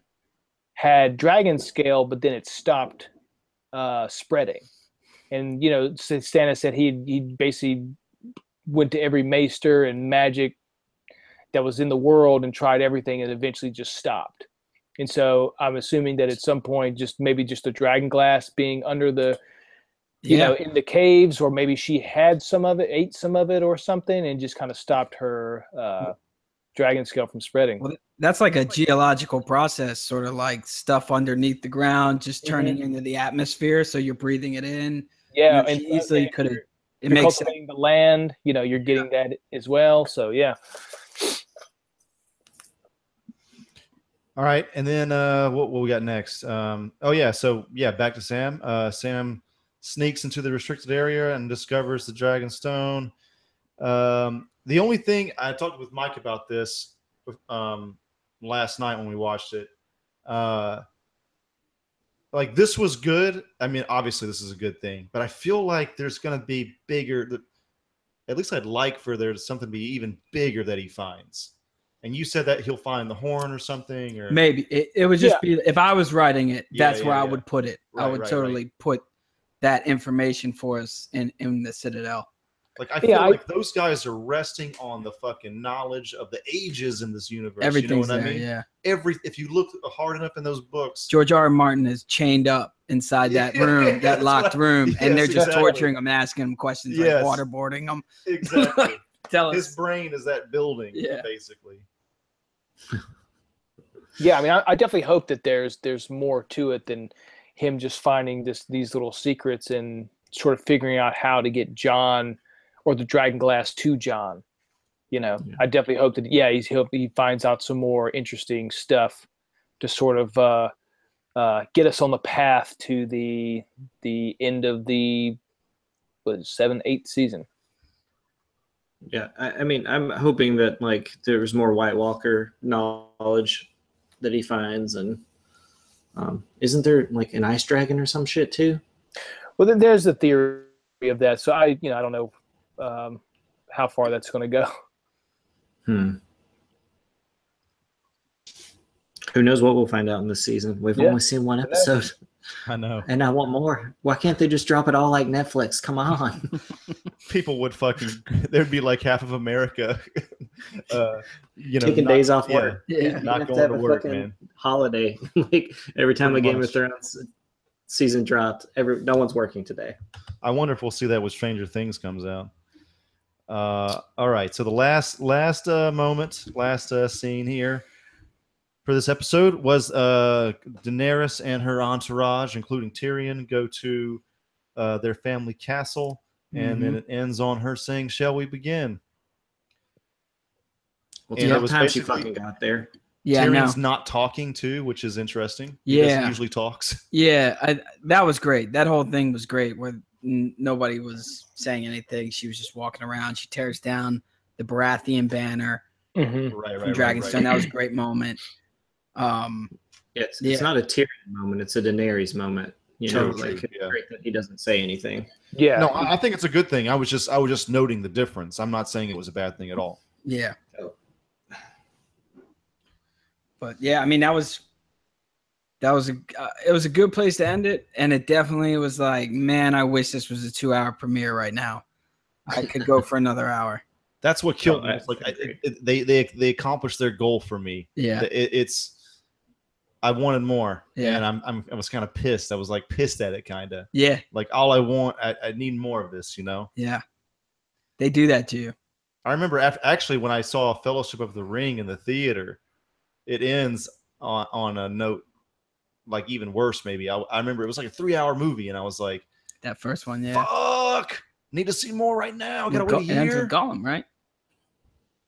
S3: had dragon scale, but then it stopped uh, spreading. And you know, since Stannis said he he basically went to every maester and magic that was in the world and tried everything, and eventually just stopped. And so I'm assuming that at some point, just maybe just the dragon glass being under the you
S1: Yeah.
S3: know in the caves or maybe she had some of it ate some of it or something and just kind of stopped her uh dragon scale from spreading
S1: Well, that's like a geological process, sort of like stuff underneath the ground just turning
S2: Mm-hmm.
S1: into the atmosphere. So you're breathing it in.
S3: yeah
S1: know,
S3: and
S1: she easily could've-
S3: you're-
S1: It
S3: you're
S1: makes sense.
S3: cultivating the land you know you're getting that as well so yeah
S2: All right, and then uh, what, what we got next? Um, oh yeah, so yeah, back to Sam. Uh, Sam sneaks into the restricted area and discovers the Dragon Stone. Um, the only thing I talked with Mike about this um, last night when we watched it, uh, like this was good. I mean, obviously this is a good thing, but I feel like there's going to be bigger. At least I'd like for there to something be even bigger that he finds. And you said that he'll find the horn or something, or
S1: Maybe it, it would just be if I was writing it,
S2: Yeah,
S1: that's
S2: yeah,
S1: where I
S2: yeah.
S1: would put it. I
S2: Right,
S1: would
S2: right,
S1: totally put that information for us in in the Citadel.
S2: Like I
S3: Yeah,
S2: feel
S3: I-
S2: like those guys are resting on the fucking knowledge of the ages in this universe.
S1: Everything's
S2: you know what
S1: there.
S2: I mean?
S1: Yeah,
S2: Every if you look hard enough in those books,
S1: George R. R. Martin is chained up inside that
S2: Yeah,
S1: room,
S2: [laughs] that's
S1: that
S2: what
S1: locked
S2: I-
S1: room,
S2: Yes,
S1: and they're just
S2: exactly.
S1: torturing him and asking him questions
S2: Yes.
S1: like waterboarding him.
S2: [laughs] exactly.
S1: [laughs] Tell
S2: His
S1: us.
S2: brain is that building,
S1: Yeah.
S2: basically.
S3: Yeah, I mean, I, I definitely hope that there's there's more to it than him just finding this these little secrets and sort of figuring out how to get John or the Dragon Glass to John. You know,
S4: Yeah.
S3: I definitely hope that yeah, he's he'll, he finds out some more interesting stuff to sort of uh, uh, get us on the path to the the end of the was seven eighth season.
S4: Yeah, I, I mean, I'm hoping that like there was more White Walker knowledge that he finds, and um, isn't there like an ice dragon or some shit too?
S3: Well, then there's the theory of that. So I you know I don't know um, how far that's going to go.
S4: Hmm. Who knows what we'll find out in this season? We've
S3: Yeah.
S4: only seen one episode,
S2: I know.
S4: and I want more. Why can't they just drop it all like Netflix? Come on.
S2: People would fucking [laughs] there'd be like half of America [laughs] uh [laughs]
S4: [laughs]
S2: you know
S4: Taking
S2: not-
S4: days off
S2: yeah,
S4: work.
S1: Yeah.
S4: You
S2: Not
S4: have
S2: going
S4: have
S2: to
S4: a
S2: work,
S4: fucking
S2: man.
S4: Holiday. [laughs] like every time
S2: Pretty
S4: a Game
S2: much.
S4: of Thrones season dropped, every no one's working today.
S2: I wonder if we'll see that when Stranger Things comes out. Uh, all right, so the last last uh, moment, last uh, scene here for this episode was uh, Daenerys and her entourage, including Tyrion, go to uh, their family castle, [laughs] and
S1: Mm-hmm.
S2: then it ends on her saying, "Shall we begin?"
S4: Well,
S2: And it
S4: yeah,
S2: was
S4: time she
S2: basically-
S4: fucking got there.
S1: Yeah, I know.
S2: Tyrion's not talking too, which is interesting. because
S1: Yeah.
S2: he usually [laughs] talks.
S1: Yeah, I, that was great. That whole thing was great where n- nobody was saying anything. She was just walking around. She tears down the Baratheon banner
S3: Mm-hmm.
S2: Right, right,
S1: from
S2: right,
S1: Dragonstone.
S2: right.
S1: That
S2: [laughs]
S1: was a great moment. Um,
S4: It's,
S1: Yeah.
S4: it's not a Tyrion moment; it's a Daenerys moment. You know,
S2: True,
S4: like
S2: true, yeah.
S4: great that he doesn't say anything.
S3: Yeah.
S2: No, I I think it's a good thing. I was just I was just noting the difference. I'm not saying it was a bad thing at all.
S1: yeah.
S4: So-
S1: But yeah, I mean that was that was a uh, it was a good place to end it, and it definitely was like, man, I wish this was a two-hour premiere right now. I could go for another hour.
S2: That's what killed
S4: No,
S2: me.
S4: I-
S2: It's like
S4: I
S2: I,
S4: agree.
S2: it, they they they accomplished their goal for me.
S1: Yeah,
S2: It- it's I wanted more,
S1: Yeah.
S2: and I'm, I'm I was kind of pissed. I was like pissed at it, kind of
S1: yeah,
S2: like all I want. I, I need more of this, you know.
S1: yeah. They do that to you.
S2: I remember af actually when I saw Fellowship of the Ring in the theater, it ends on on a note like even worse. Maybe I, I remember it was like a three hour movie, and I was like,
S1: That first one, yeah.
S2: fuck, need to see more right now. Gotta
S1: Go-
S2: wait
S1: it
S2: a
S1: ends
S2: year.
S1: with Gollum, right?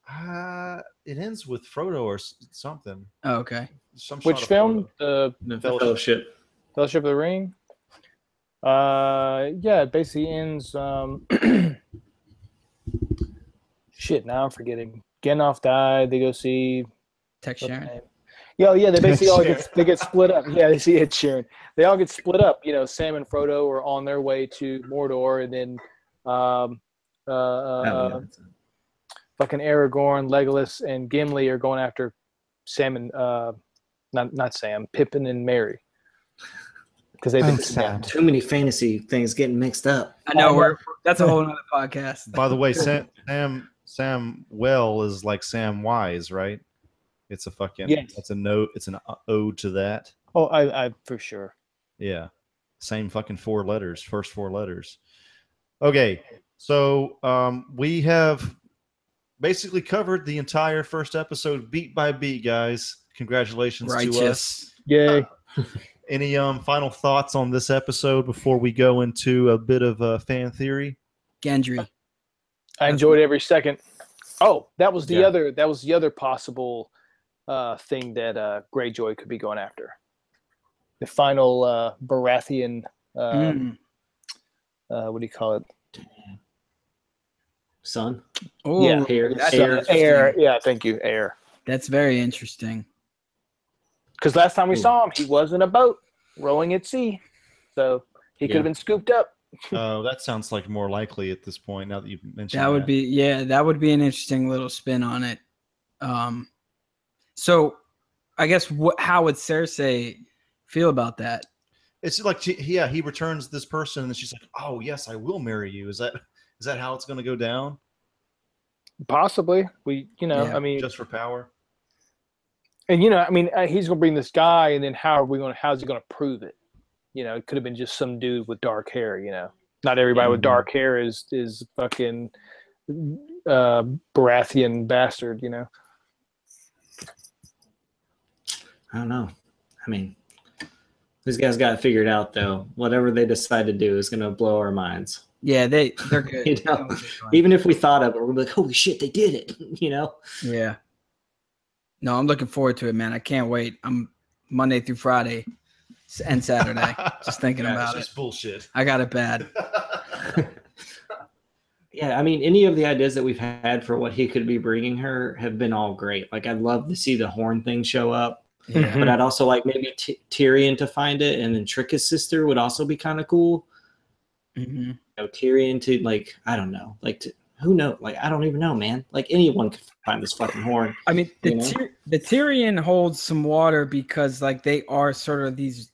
S2: uh, it ends with Frodo or s- something.
S1: Oh, okay.
S2: Some shot
S3: Which
S2: of
S3: film?
S2: Frodo.
S3: The
S4: No, the
S2: Fellowship.
S4: fellowship.
S3: Fellowship of the Ring. Uh, yeah, it basically ends. Um, [clears throat] shit, now I'm forgetting. Gandalf died. They go see.
S1: Text
S3: what's her
S1: Sharon.
S3: name? Yeah, oh, yeah. They basically all
S2: [laughs] Sharon.
S3: get they get split up. Yeah, they see Ed Sheeran. They all get split up. You know, Sam and Frodo are on their way to Mordor, and then um, uh, uh,
S4: Oh,
S3: uh,
S4: yeah.
S3: fucking Aragorn, Legolas, and Gimli are going after Sam and uh, not not Sam, Pippin and Mary, because they've been
S2: Uh,
S3: kidnapped.
S4: Too many fantasy things getting mixed up.
S1: I know
S3: Oh,
S1: we're that's a whole other podcast.
S2: By the way, [laughs] Sam Sam Sam Well is like Sam Wise, right? It's a fucking
S3: Yes.
S2: it's a note, it's an uh, ode to that.
S3: Oh, I, I for sure.
S2: Yeah. Same fucking four letters, first four letters. Okay. So um we have basically covered the entire first episode beat by beat, guys. Congratulations to us.
S1: Righteous.
S3: Yay!
S2: Any um final thoughts on this episode before we go into a bit of uh, fan theory?
S1: [laughs] Gendry.
S3: I enjoyed every second. Oh, that was the
S2: Yeah.
S3: other. That was the other possible uh, thing that uh, Greyjoy could be going after. The final uh, Baratheon, uh,
S1: Mm.
S3: uh, what do you call it?
S4: Son,
S1: Oh,
S3: yeah,
S4: hair,
S1: that's-
S4: hair.
S3: Air. Yeah, thank you, Air.
S1: that's very interesting.
S3: Because last time we
S4: Ooh.
S3: saw him, he was in a boat rowing at sea, so he could
S4: Yeah.
S3: have been scooped up.
S2: Oh, that sounds like more likely at this point. Now that you've mentioned
S1: That would be yeah, that would be an interesting little spin on it. Um, so I guess what how would Cersei feel about that?
S2: It's like she, yeah, he returns this person, and she's like, "Oh yes, I will marry you." Is that is that how it's going to go down?
S3: Possibly, we, you know,
S1: Yeah,
S3: I mean,
S2: Just for power?
S3: and you know, I mean, uh, he's gonna bring this guy, and then how are we gonna? How's he gonna prove it? You know, it could have been just some dude with dark hair. You know, not everybody with
S4: Mhm.
S3: dark hair is is fucking uh, Baratheon bastard. You know,
S4: I don't know. I mean, these guys got it figured out though. Whatever they decide to do is going to blow our minds.
S1: Yeah, they they're good.
S4: You know, Even if we thought of it, we're gonna be like, "Holy shit, they did it!" [laughs] You know?
S1: yeah. No, I'm looking forward to it, man. I can't wait. I'm Monday through Friday s- and
S2: [laughs]
S1: Saturday. [laughs] just thinking
S2: Yeah,
S1: about
S2: it's just bullshit. [laughs]
S1: I got it bad.
S4: Yeah, I mean, any of the ideas that we've had for what he could be bringing her have been all great. Like, I'd love to see the horn thing show up,
S1: Yeah.
S3: Hmm.
S4: but I'd also like maybe T- Tyrion to find it, and then trick his sister would also be kind of cool.
S1: Mhm.
S4: You know, Tyrion to like, I don't know, like to, who know, like I don't even know, man. Like anyone could find this fucking horn.
S1: I mean, the,
S4: You know?
S1: Tyr- the Tyrion holds some water because, like, they are sort of these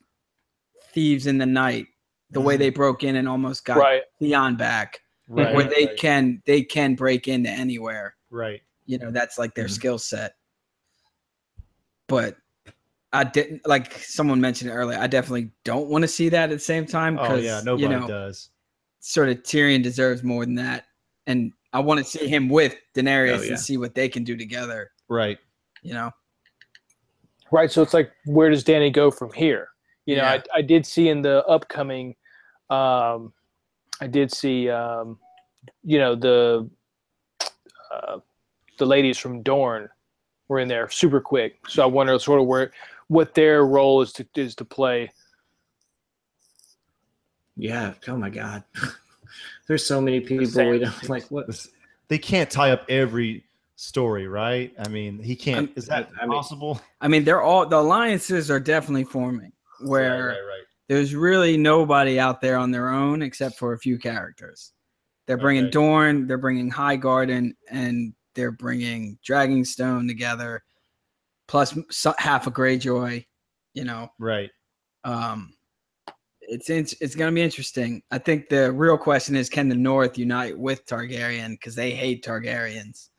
S1: thieves in the night. The way they broke in and almost got
S3: right?
S1: Theon back,
S2: right,
S1: where they
S2: right,
S1: can they can break into anywhere.
S2: right.
S1: You know, that's like their
S4: Mhm.
S1: skill set. But I didn't like someone mentioned it earlier. I definitely don't want to see that at the same time
S2: Oh
S1: because
S2: yeah, nobody
S1: you know,
S2: does.
S1: sort of Tyrion deserves more than that, and I want to see him with Daenerys
S4: Oh, yeah.
S1: and see what they can do together.
S2: Right.
S1: You know,
S3: Right. So it's like, where does Danny go from here? You know,
S1: Yeah.
S3: I, I did see in the upcoming, um, I did see, um, you know, the uh, the ladies from Dorne were in there super quick. So I wonder sort of where what their role is to is to play.
S4: Yeah. Oh my god, [laughs] there's so many people we don't like. What?
S2: They can't tie up every story, right? I mean, he can't.
S1: I'm-
S2: is that
S4: I mean-
S2: possible?
S1: I mean, they're all the alliances are definitely forming where
S2: Right, right, right.
S1: there's really nobody out there on their own except for a few characters. They're bringing
S2: Okay.
S1: Dorne, they're bringing High Garden, and they're bringing Dragonstone together, plus m- so- half a Greyjoy. You know,
S2: Right.
S1: um, it's in, it's going to be interesting. I think the real question is, can the North unite with Targaryen because they hate Targaryens?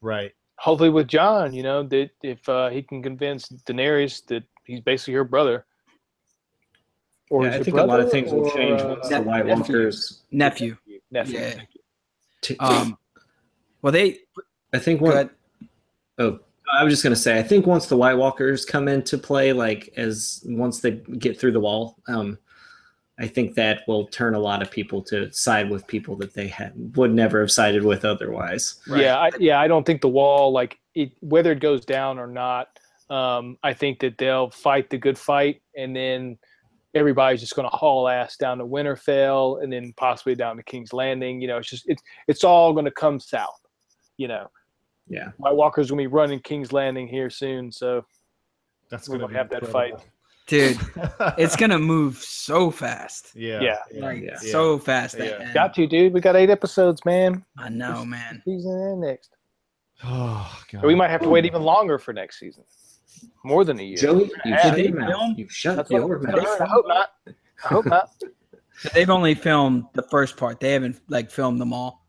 S2: Right.
S3: Hopefully with John, you know, that if uh, he can convince Daenerys that he's basically her brother. Or
S4: Yeah,
S3: is
S4: I
S3: her
S4: think a lot of
S3: brother,
S4: things will
S3: or,
S4: change
S3: uh,
S4: once the
S1: Nep-
S4: White
S1: nephew.
S4: Walkers.
S1: Nephew.
S3: nephew.
S1: Yeah.
S4: t-
S1: Um, well, they
S4: I think one.
S1: but
S4: Oh, I was just gonna say. I think once the White Walkers come into play, like as once they get through the wall, um, I think that will turn a lot of people to side with people that they had would never have sided with otherwise.
S1: Right.
S3: Yeah, I, yeah, I don't think the wall, like it, whether it goes down or not, um, I think that they'll fight the good fight, and then everybody's just going to haul ass down to Winterfell, and then possibly down to King's Landing. You know, it's just it's it's all going to come south. You know,
S4: Yeah,
S3: White Walker's going to be running King's Landing here soon, so
S2: That's
S3: We're
S2: gonna
S3: gonna
S2: be
S3: have that
S2: incredible.
S1: dude, it's going to move so fast.
S2: [laughs] yeah.
S3: Yeah.
S1: Like
S4: Yeah.
S1: so fast. That
S2: Yeah.
S1: end.
S3: got to dude, we got eight episodes, man.
S1: I know, man.
S3: Season and next,
S2: Oh god.
S3: or we might have to wait even longer for next season, more than a year.
S4: Joey, you
S3: Yeah.
S4: shut
S1: Did
S4: your
S1: they
S4: mouth.
S1: film?
S4: You shut
S3: That's what-
S4: your
S3: I
S4: mouth.
S3: hope not. I hope not.
S1: But they've only filmed the first part. They haven't like filmed them all.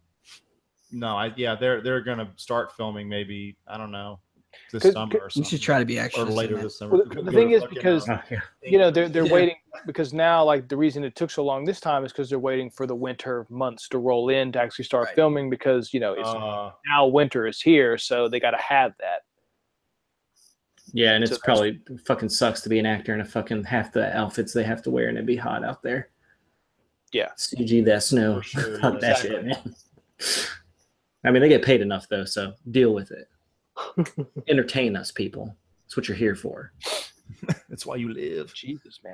S2: No, I yeah, they're they're gonna start filming maybe I don't know this
S3: Could-
S2: summer
S3: could-
S2: or
S1: We
S2: something.
S1: should try to be extra.
S2: or later this summer.
S3: Well,
S2: Could
S3: the
S2: go
S3: thing
S2: to
S3: is
S2: fucking,
S3: because-
S2: uh,
S4: Oh, yeah.
S3: you know they're they're
S1: Yeah.
S3: waiting because now like the reason it took so long this time is because they're waiting for the winter months to roll in to actually start
S1: Right.
S3: filming because you know it's
S2: uh,
S3: now winter is here so they got to have that
S4: yeah, and
S3: So
S4: it's
S3: that's-
S4: probably fucking sucks to be an actor in a fucking half the outfits they have to wear, and it'd be hot out there.
S3: Yeah.
S4: CG that snow.
S2: For [laughs] sure,
S4: Fuck
S2: yeah.
S4: that shit, man.
S2: [laughs]
S4: I mean, they get paid enough though, so deal with it. Entertain us, people. That's what you're here for.
S2: That's why you live.
S3: Jesus, man.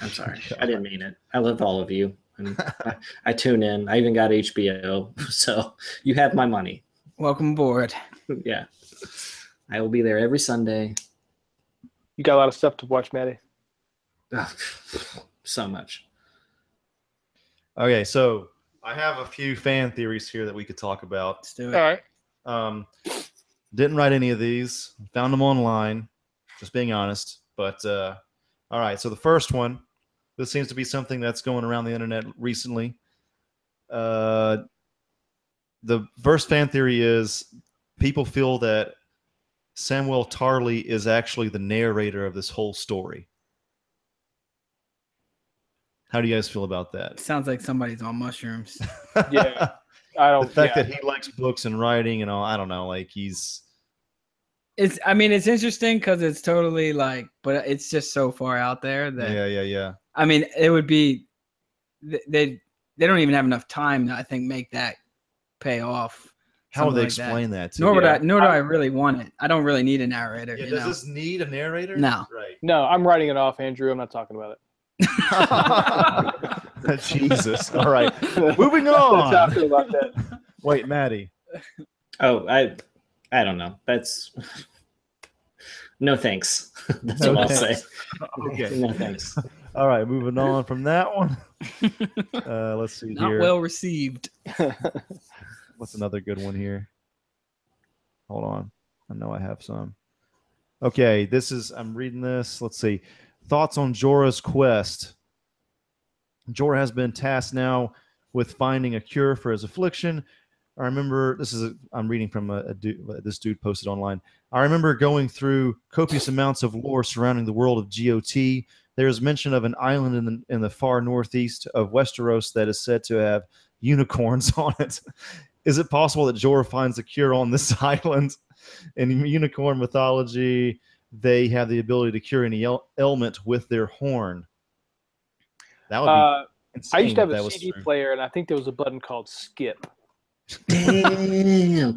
S4: I'm sorry. I didn't mean it. I love all of you. And
S2: [laughs]
S4: I, I tune in. I even got HBO. [laughs] So you have my money. [laughs]
S1: Welcome aboard.
S4: yeah. I will be there every Sunday.
S3: You got a lot of stuff to watch, Maddie.
S4: Ugh, so much.
S2: Okay, so I have a few fan theories here that we could talk about.
S1: Let's do
S3: All
S1: it.
S3: right.
S2: Um, didn't write any of these. Found them online. Just being honest. But uh, all right. So the first one. This seems to be something that's going around the internet recently. Uh, the first fan theory is people feel that Samuel Tarley is actually the narrator of this whole story. How do you guys feel about that?
S1: Sounds like somebody's on mushrooms.
S3: Yeah.
S2: [laughs]
S3: I don't.
S2: the fact
S3: yeah.
S2: that he likes books and writing and all i don't know like he's
S1: It's. I mean, it's interesting because it's totally like, but it's just so far out there that
S2: yeah yeah yeah
S1: I mean, it would be th- they they don't even have enough time to I think make that pay off.
S2: how would they
S1: Something like that.
S2: explain that, to
S1: Nor would
S2: you?
S1: I. Nor do I really want it. I don't really need a narrator.
S2: yeah,
S1: you
S2: does
S1: know?
S2: this need a narrator
S1: No.
S2: right
S3: no, I'm writing it off, Andrew. I'm not talking about it.
S2: [laughs] jesus [laughs] all right moving on
S3: That's how I feel about
S2: [laughs]
S3: that.
S2: wait maddie
S4: Oh, I I don't know. That's no thanks. [laughs] That's
S2: No
S4: what I'll
S2: thanks.
S4: say.
S2: [laughs] okay
S4: No thanks.
S2: all right moving on from that
S1: [laughs]
S2: one uh let's see
S1: Not
S2: here
S1: well received.
S2: what's another good one here hold on i know i have some okay this is i'm reading this let's see thoughts on jorah's quest jorah has been tasked now with finding a cure for his affliction i remember this is a, i'm reading from a, a dude this dude posted online i remember going through copious amounts of lore surrounding the world of got there is mention of an island in the, in the far northeast of westeros that is said to have unicorns [laughs] on it is it possible that Jorah finds a cure on this [laughs] island? In unicorn mythology, they have the ability to cure any ail- ailment with their horn. That would be
S3: Uh,
S2: insane
S3: I used to
S2: if
S3: have
S2: that
S3: a
S2: was
S3: CD
S2: true.
S3: player, and I think there was a button called skip.
S4: Damn.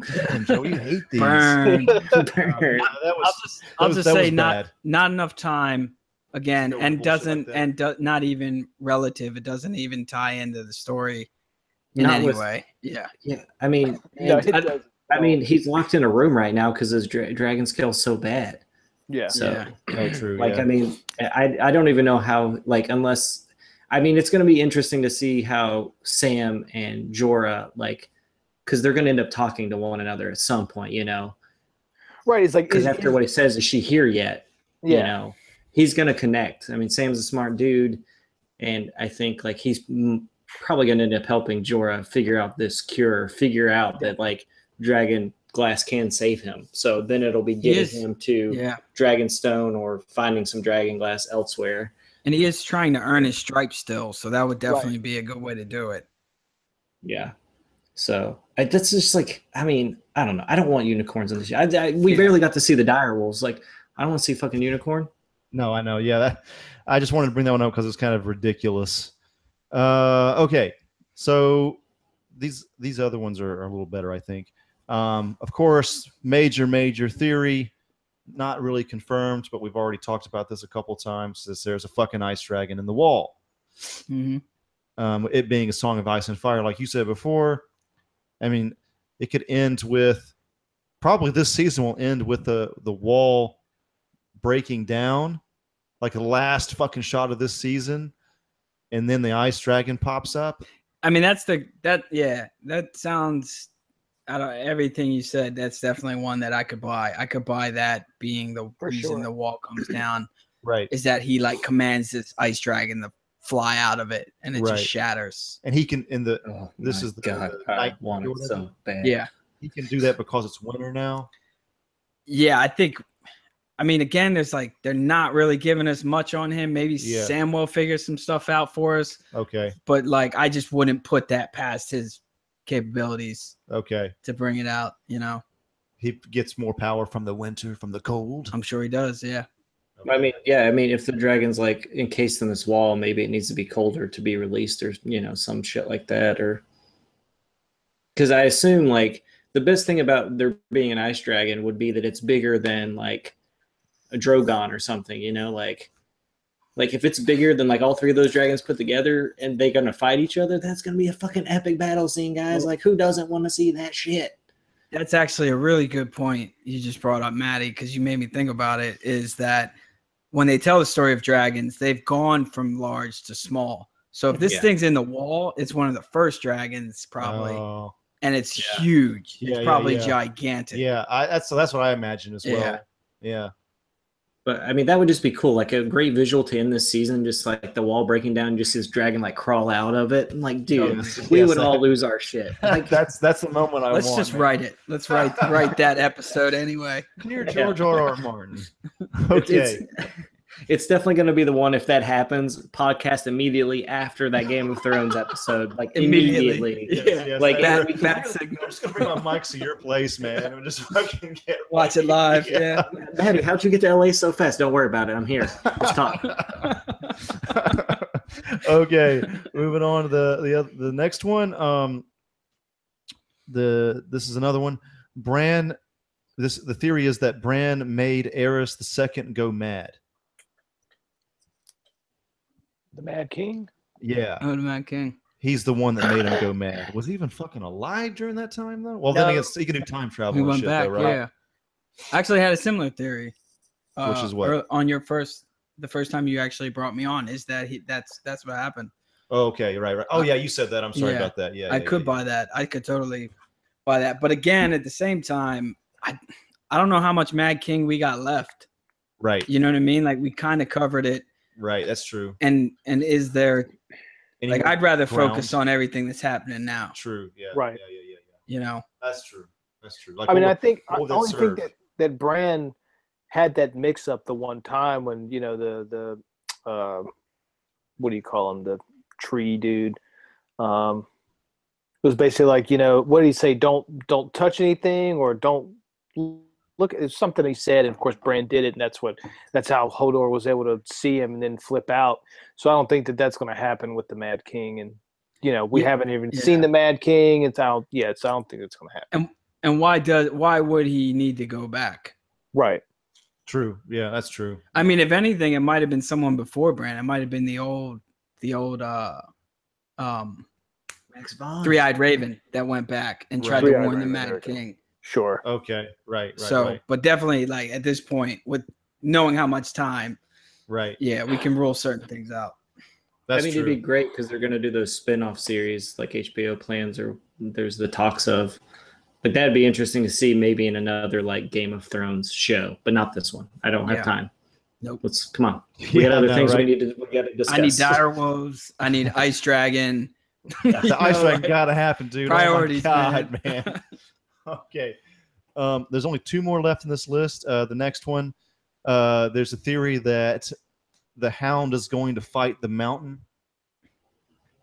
S2: [laughs] Damn, Joe, you hate these.
S1: Burn.
S2: Yeah, that
S1: I'll
S2: was,
S1: just I'll
S2: that was-
S1: just
S2: that
S1: say
S2: was
S1: not
S2: bad.
S1: not enough time again,
S2: Still
S1: and
S2: bullshit like
S1: doesn't
S2: that.
S1: and do, not even relative. It doesn't even tie into the story in
S4: Not
S1: any
S4: with-
S1: way. Yeah,
S4: yeah. I mean,
S3: No,
S4: and
S3: it
S4: I,
S3: doesn't.
S4: I mean, he's locked in a room right now because his dra- dragon scale's so bad.
S3: yeah.
S4: So
S1: Yeah. [laughs]
S2: No, Oh, true.
S4: Like,
S2: yeah.
S4: I mean, I I don't even know how. Like, unless, I mean, it's going to be interesting to see how Sam and Jorah like, because they're going to end up talking to one another at some point, you know.
S3: Right. It's like
S4: Because
S3: is-
S4: after
S3: is-
S4: what he says, is she here yet? You
S3: yeah.
S4: know, he's going to connect. I mean, Sam's a smart dude, and I think like he's mm, probably going to end up helping Jorah figure out this cure, figure out that like Dragon Glass can save him. So then it'll be getting
S1: is-
S4: him to.
S1: yeah.
S4: Dragonstone or finding some dragon glass elsewhere.
S1: And he is trying to earn his stripe still, so that would definitely be a good way to do it.
S4: Yeah. So I, that's just like I mean I don't know I don't want unicorns in this. I, I, we
S1: Yeah.
S4: barely got to see the dire wolves. Like I don't want to see fucking unicorn.
S2: No, I know. Yeah, that, I just wanted to bring that one up because it's kind of ridiculous. Uh, okay, so these these other ones are, are a little better, I think. Um, of course, major major theory, not really confirmed, but we've already talked about this a couple times. Is there's a fucking ice dragon in the wall?
S1: Mhm.
S2: um, it being a song of ice and fire, like you said before. I mean, it could end with probably this season will end with the the wall breaking down, like the last fucking shot of this season, and then the ice dragon pops up.
S1: I mean, that's the that yeah, that sounds. I don't everything you said. That's definitely one that I could buy. I could buy that being the
S3: For
S1: reason
S3: sure.
S1: the wall comes down
S2: Right.
S1: is that he like commands this ice dragon to fly out of it, and it
S2: Right.
S1: just shatters.
S2: And he can in the
S4: Oh,
S2: This
S4: my
S2: is the-
S4: god
S2: the
S4: I
S2: night
S4: want
S2: or
S4: it so
S2: whatever.
S4: bad.
S1: Yeah,
S2: he can do that because it's winter now.
S1: yeah. I think. I mean, again, there's like they're not really giving us much on him. Maybe
S2: Yeah.
S1: Sam will figure some stuff out for us,
S2: Okay.
S1: but like I just wouldn't put that past his capabilities
S2: Okay.
S1: to bring it out. You know,
S2: He gets more power from the winter, from the cold.
S1: I'm sure he does. Yeah.
S4: I mean yeah I mean if the dragon's like encased in this wall maybe it needs to be colder to be released or you know some shit like that or because I assume like the best thing about there being an ice dragon would be that it's bigger than like a Drogon or something, you know, like like if it's bigger than like all three of those dragons put together and they're gonna fight each other, that's gonna be a fucking epic battle scene, guys. Like who doesn't want to see that shit?
S1: That's actually a really good point you just brought up, Maddie, because you made me think about it. Is that when they tell the story of dragons, they've gone from large to small. So if this
S4: Yeah.
S1: thing's in the wall, it's one of the first dragons, probably,
S2: Oh.
S1: and it's
S4: Yeah.
S1: huge.
S2: Yeah,
S1: it's
S2: yeah,
S1: probably
S2: yeah.
S1: gigantic.
S2: yeah, I, that's so that's what I imagine as well.
S1: Yeah.
S2: Yeah.
S4: But I mean, that would just be cool. Like a great visual to end this season, just like the wall breaking down, just his dragon like crawl out of it. and like, dude,
S2: Yes,
S4: [laughs] we
S2: yes,
S4: would
S2: I-
S4: all lose our shit. Like,
S2: that's that's the moment I
S1: Let's
S2: want.
S1: just
S2: man.
S1: write it. Let's write write that episode
S2: [laughs]
S1: anyway.
S2: near
S4: Yeah.
S2: George
S4: [laughs]
S2: R. R. Martin.
S4: it's-
S2: Okay.
S4: It's, it's definitely going to be the one if that happens. Podcast immediately after that Game of Thrones episode, like
S1: Immediately.
S4: immediately.
S2: Yes, yes,
S4: like
S2: I
S4: yeah,
S1: Bat,
S4: we can-
S1: bat signal.
S2: [laughs] I'm just gonna bring my mics to your place, man, and just fucking
S4: [laughs]
S2: get
S1: Watch it live. Yeah.
S4: Maddie, how'd you get to LA so fast? Don't worry about it. I'm here.
S2: [laughs]
S4: Let's talk.
S2: [laughs] okay, moving on to the the oth- the next one. Um, the this is another one. Bran, this the theory is that Bran made Eris the second go mad.
S3: The Mad King.
S2: Yeah,
S1: Oh, the Mad King.
S2: he's the one that made him go mad. Was he even fucking alive during that time though? Well, then
S4: No.
S2: again, he can do time travel.
S1: We
S2: and
S1: went
S2: shit,
S1: back.
S2: though, right?
S1: Yeah. I actually had a similar theory. uh,
S2: Which is what?
S1: ear- on your first the first time you actually brought me on is that he that's that's what happened.
S2: Oh, okay, right, right. Oh yeah, you said that. I'm sorry
S1: Yeah.
S2: about that. Yeah,
S1: I
S2: yeah,
S1: could
S2: yeah.
S1: buy that. I could totally buy that. But again, at the same time, I I don't know how much Mad King we got left.
S2: Right,
S1: You know what I mean? Like we kind of covered it
S2: right. That's true.
S1: and and is there
S2: Any
S1: like
S2: more-
S1: I'd rather
S2: ground?
S1: focus on everything that's happening now,
S2: [laughs] True. Yeah.
S3: Right.
S2: Yeah, yeah, yeah, yeah.
S1: you know.
S2: That's true. That's true. Like
S3: I mean,
S2: what-
S3: I think I
S2: what would that
S3: only
S2: serve?
S3: think that that Bran had that mix up the one time when you know the the uh, what do you call him the tree dude um, it was basically like you know what did he say don't don't touch anything or don't l- look it's something he said and of course Bran did it and that's what that's how Hodor was able to see him and then flip out so I don't think that that's going to happen with the Mad King and you know we
S1: Yeah.
S3: haven't even
S1: Yeah.
S3: seen the Mad King and so yeah so I don't think it's going to happen
S1: And why does why would he need to go back?
S3: right
S2: True. Yeah, that's true.
S1: I mean, if anything, it might have been someone before Brand. It might have been the old, the old, uh, um,
S4: Max Vaughn.
S1: three-eyed Raven that went back and tried to
S3: Three-Eyed
S1: warn the
S3: Raven,
S1: Mad
S3: there we go.
S1: King.
S3: sure
S2: Okay. Right. Right.
S1: so,
S2: right.
S1: but definitely, like at this point, with knowing how much time,
S2: right.
S1: yeah, we can rule certain things out.
S2: That's
S4: I mean,
S2: true.
S4: it'd be great because they're going to do those spin off series like HBO plans or there's the talks of. But that'd be interesting to see maybe in another like Game of Thrones show, but not this one. I don't have
S1: Yeah.
S4: time.
S1: Nope.
S4: Let's come on. We
S2: [laughs]
S4: got
S2: Yeah,
S4: other
S2: no,
S4: things
S2: right?
S4: we need to we got to discuss.
S1: I need dire wolves. I
S3: [laughs]
S1: need ice dragon. You
S2: The
S1: [laughs]
S2: ice
S1: know,
S2: dragon
S1: like,
S2: gotta happen, dude.
S1: priorities,
S2: oh my God,
S1: man.
S2: man. okay. Um, there's only two more left in this list. Uh, the next one, uh, there's a theory that the hound is going to fight the mountain.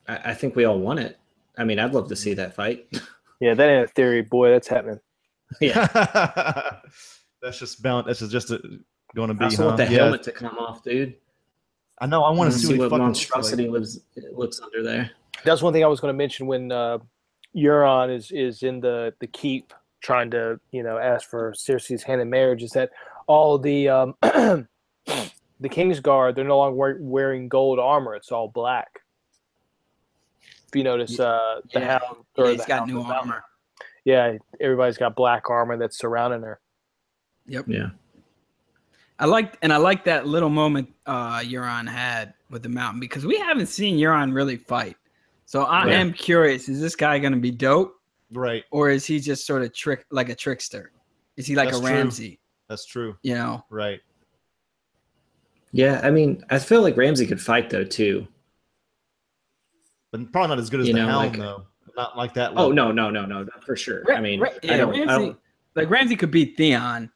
S4: I, I think we all want it. I mean, I'd love to see that fight.
S3: Yeah, that ain't a theory, boy. That's happening.
S4: yeah.
S2: [laughs] that's just bound. This is just a, going to
S4: I
S2: be.
S4: also
S2: Huh?
S4: want the
S2: Yeah,
S4: helmet to come off, dude.
S2: I know. I
S4: I want
S2: want
S4: to
S2: what,
S4: see what
S2: he fucking looks
S4: monstrosity
S2: Like.
S4: lives looks under there.
S3: That's one thing I was going to mention when uh, Euron is is in the the keep trying to you know ask for Cersei's hand in marriage. Is that all the um, [clears throat] the King's Guard? They're no longer wear- wearing gold armor. It's all black. If you notice, uh, the
S1: Yeah.
S3: hound
S1: Yeah,
S3: or
S1: he's
S3: the
S1: got
S3: Hound
S1: new
S3: of Valor.
S1: armor.
S3: Yeah, everybody's got black armor that's surrounding her.
S1: Yep.
S4: Yeah.
S1: I liked and I like that little moment uh Euron had with the mountain because we haven't seen Euron really fight. So I
S4: Right.
S1: am curious, is this guy gonna be dope
S2: Right.
S1: or is he just sort of trick like a trickster? Is he like
S2: That's
S1: a
S2: true.
S1: Ramsey?
S2: That's true.
S1: You know?
S2: Right.
S4: Yeah. I mean, I feel like Ramsey could fight though too.
S2: But probably not as good as
S4: You
S2: the
S4: know,
S2: hound,
S4: like-
S2: though. Not like that.
S4: Oh
S2: level.
S4: no, no, no, no, for sure. I mean,
S1: Ra- yeah,
S4: I don't.
S1: Ramsey,
S4: I don't
S1: like Ramsey could beat Theon.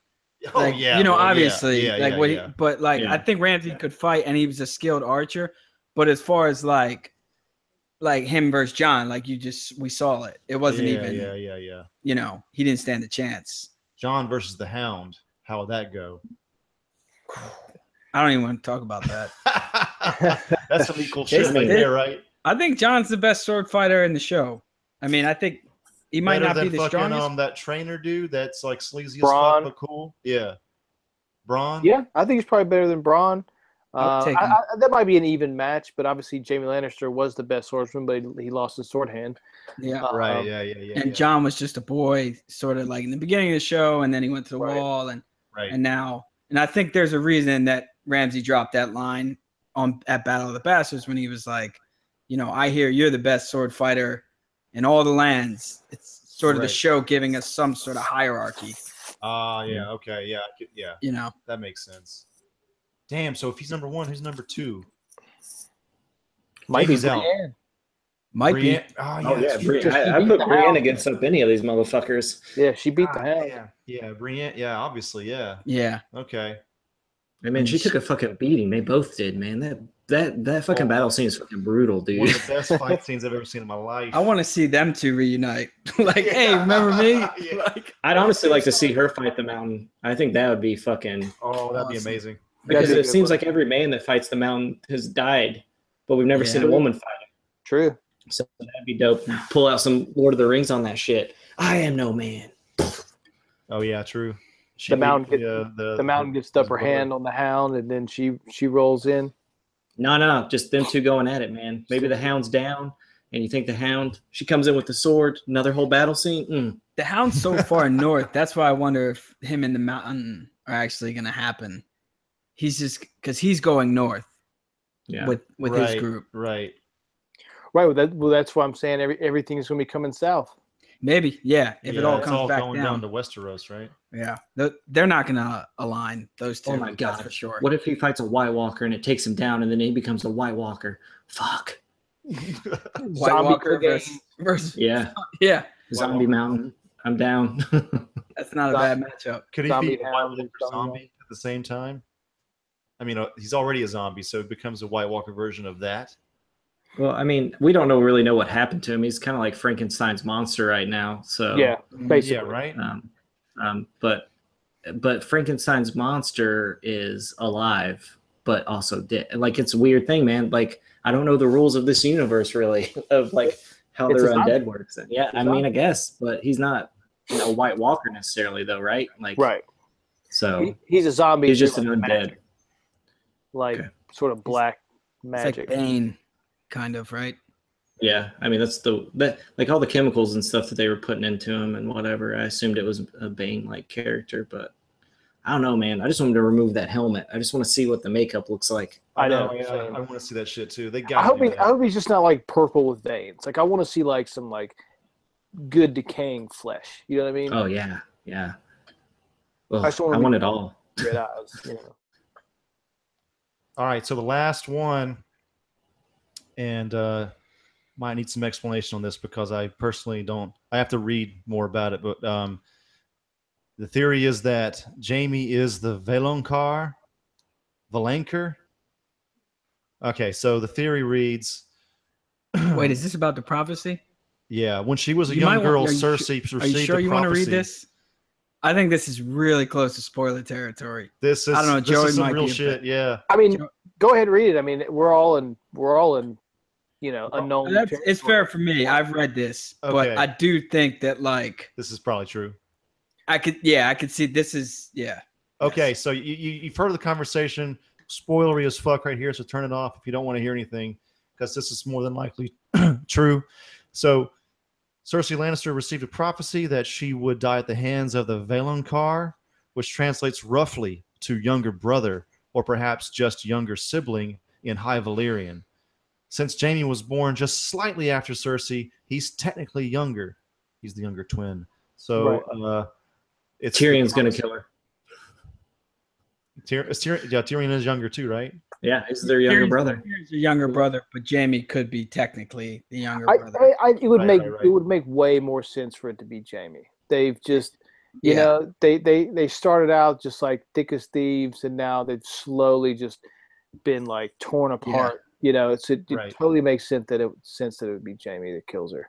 S2: Oh
S1: Like,
S2: yeah.
S1: You know,
S2: well, yeah,
S1: obviously.
S2: yeah,
S1: like
S2: yeah,
S1: what he-
S2: yeah.
S1: but like
S4: Yeah.
S1: I think Ramsey could fight and he was a skilled archer. But as far as like like him versus John, like you just we saw it. It wasn't
S2: yeah,
S1: even
S2: Yeah, yeah, yeah.
S1: you know, he didn't stand a chance.
S2: John versus the Hound. How would that
S3: [laughs]
S2: go?
S1: I don't even want to talk about that.
S2: That's some equal shit
S4: Jason,
S2: right
S1: they-
S2: there, right?
S1: I think John's the best sword fighter in the show. I mean, I think he might
S2: Better
S1: not be
S2: than
S1: the
S2: fucking,
S1: strongest.
S2: Um, that trainer dude that's like sleazy as
S3: Braun.
S2: fuck but cool. Yeah, Braun?
S3: Yeah, I think he's probably better than Braun.
S1: I'll
S3: Uh,
S1: take
S3: I-
S1: him.
S3: I- that might be an even match, but obviously Jamie Lannister was the best swordsman, but he, he lost his sword hand.
S1: Yeah.
S2: Right.
S3: Um,
S2: Yeah. Yeah. Yeah.
S1: And
S2: yeah.
S1: John was just a boy, sort of like in the beginning of the show, and then he went to the
S3: Right.
S1: wall, and
S2: right.
S1: and now, and I think there's a reason that Ramsey dropped that line on at Battle of the Bastards when he was like, you know, I hear you're the best sword fighter in all the lands. It's sort of
S2: Right.
S1: the show giving us some sort of hierarchy,
S2: Ah. yeah. Okay. Yeah. I could- Yeah.
S1: you know.
S2: That makes sense. Damn. So if he's number one, who's number two?
S3: Might be
S2: He's out.
S3: Brienne.
S1: Might
S2: Brienne. Oh, yeah.
S4: Oh yeah,
S2: that's
S4: Bri-
S2: right.
S4: I, I put Brienne against up any of these motherfuckers.
S3: Yeah, she beat the
S2: Ah,
S3: hell.
S2: Yeah. Yeah. Brienne. Yeah. Obviously. Yeah.
S1: be. Yeah.
S2: Okay.
S4: I mean, she took a fucking beating. They both did, man. That that that fucking
S2: Oh.
S4: battle scene is fucking brutal,
S2: One
S4: dude.
S2: of the best fight scenes I've ever seen
S1: [laughs]
S2: in my life.
S1: I want to see them two reunite. [laughs] like, hey, remember [laughs]
S2: [laughs]
S1: me?
S2: Yeah.
S1: Like,
S4: I'd honestly like to see her fight the mountain. I think that would be fucking
S2: Oh, that'd be
S1: Awesome.
S2: amazing.
S4: because
S3: be a
S4: it
S3: good
S4: seems
S3: one.
S4: like every man that fights the mountain has died, but we've never
S1: Yeah.
S4: seen a woman fight.
S3: True.
S4: him. So that'd be dope. Pull out some Lord of the Rings on that shit. I am no man.
S2: Oh yeah, true. She
S3: The
S2: beat
S3: mountain gets-
S2: uh,
S3: The mountain gets the
S2: his
S3: upper
S2: brother.
S3: hand on the hound, and then she she rolls in.
S4: No, no, just them two going at it, man. Maybe the hound's down, and you think the hound. She comes in with the sword. Another whole battle scene. Mm.
S1: the hound's so far north. That's why I wonder if him and the mountain are actually going to happen. He's just because he's going north
S4: Yeah.
S1: with with
S2: right,
S1: his group.
S2: Right.
S3: Right. Well, that, well that's why I'm saying every, everything's going to be coming south.
S1: Maybe, yeah. If it
S2: Yeah,
S1: all
S2: it's
S1: comes back down,
S2: going down. to
S1: [laughs]
S2: Westeros, right?
S1: yeah, Th- they're not gonna uh, align those two.
S4: Oh my
S1: that's
S4: God.
S1: for sure.
S4: What if he fights a White Walker and it takes him down, and then he becomes a White Walker? Fuck.
S1: White Walker
S3: brigade.
S1: versus, [laughs] versus
S4: Yeah.
S1: yeah,
S4: Zombie Mountain. I'm down. [laughs]
S1: that's not a
S3: Zom-
S1: bad matchup.
S2: Could he
S3: Zombie
S2: be a White
S3: hound
S2: Walker
S3: and zombie.
S2: zombie at the same time? I mean, uh, he's already a zombie, so it becomes a White Walker version of that.
S4: well, I mean, we don't know really know what happened to him. He's kind of like Frankenstein's monster right now. So
S3: Yeah. Basically.
S2: Yeah, right.
S4: Um, um, but but Frankenstein's monster is alive, but also dead. Like it's a weird thing, man. Like I don't know the rules of this universe really [laughs] of like how
S3: It's
S4: their
S3: a zombie.
S4: undead works. Yeah, I mean, I guess, but he's not you know, White Walker necessarily though, right? Like
S3: Right.
S4: So
S3: He, he's a zombie.
S4: he's
S3: through,
S4: just an
S3: like,
S4: undead.
S3: magic, like
S4: Okay.
S3: sort of black
S1: It's
S3: magic.
S1: like Bane, kind of right.
S4: Yeah, I mean that's the that like all the chemicals and stuff that they were putting into him and whatever. I assumed it was a Bane like character, but I don't know, man. I just want him to remove that helmet. I just want to see what the makeup looks like.
S3: I know.
S2: yeah,
S3: what you're
S2: I
S3: saying.
S2: want to see that shit too. They
S3: I
S2: got.
S3: hope, he, I hope he's just not like purple with veins. Like I want to see like some like good decaying flesh. You know what I mean?
S4: Oh yeah, yeah. Well,
S3: I
S4: I,
S3: just wanna
S4: want
S3: be-
S4: it all.
S3: Red eyes. You know.
S2: All right, so the last one, and uh, might need some explanation on this because I personally don't. I have to read more about it, but um, the theory is that Jamie is the Velonkar, Velanker. Okay, so the theory reads.
S1: Wait, is this about the prophecy?
S2: Yeah, when she was a
S1: You might
S2: young
S1: want-
S2: girl,
S1: are you sure-
S2: Cersei
S1: Are you
S2: received
S1: sure
S2: a
S1: you want to read
S2: prophecy.
S1: this? I think this is really close to spoiler territory.
S2: This is
S1: I don't know,
S2: This
S1: Joey
S2: is some
S1: might
S2: real
S1: be a
S2: shit.
S1: bit-
S2: Yeah,
S3: I mean, go ahead and read it. I mean, we're all in. We're all in. You know, unknown.
S1: That's, it's fair
S3: territory.
S1: for me. I've read this, but
S2: Okay.
S1: I do think that like
S2: this is probably true.
S1: I could, yeah, I could see this is, yeah,
S2: Okay, so you, you you've heard of the conversation. Spoilery as fuck right here, so turn it off if you don't want to hear anything, because this is more than likely [clears throat] true. So, Cersei Lannister received a prophecy that she would die at the hands of the Valonqar, which translates roughly to younger brother or perhaps just younger sibling in High Valyrian. Since Jamie was born just slightly after Cersei, he's technically younger. He's the younger twin. So, uh, it's the
S4: Tyrion's gonna
S2: prophecy-
S4: kill her.
S2: Tyr- is Tyr- yeah, Tyrion is younger too, right?
S4: Yeah, he's their younger
S1: Tyrion's-
S4: brother.
S1: Tyrion's a younger brother, but Jamie could be technically the younger
S3: I,
S1: brother.
S3: I, I, it would
S2: Right,
S3: make
S2: right, right.
S3: it would make way more sense for it to be Jamie. They've just, you
S1: Yeah.
S3: know, they they they started out just like thick as thieves, and now they've slowly just been like torn apart. You know, it's it, it
S2: Right.
S3: totally makes sense that it sense that it would be Jamie that kills her.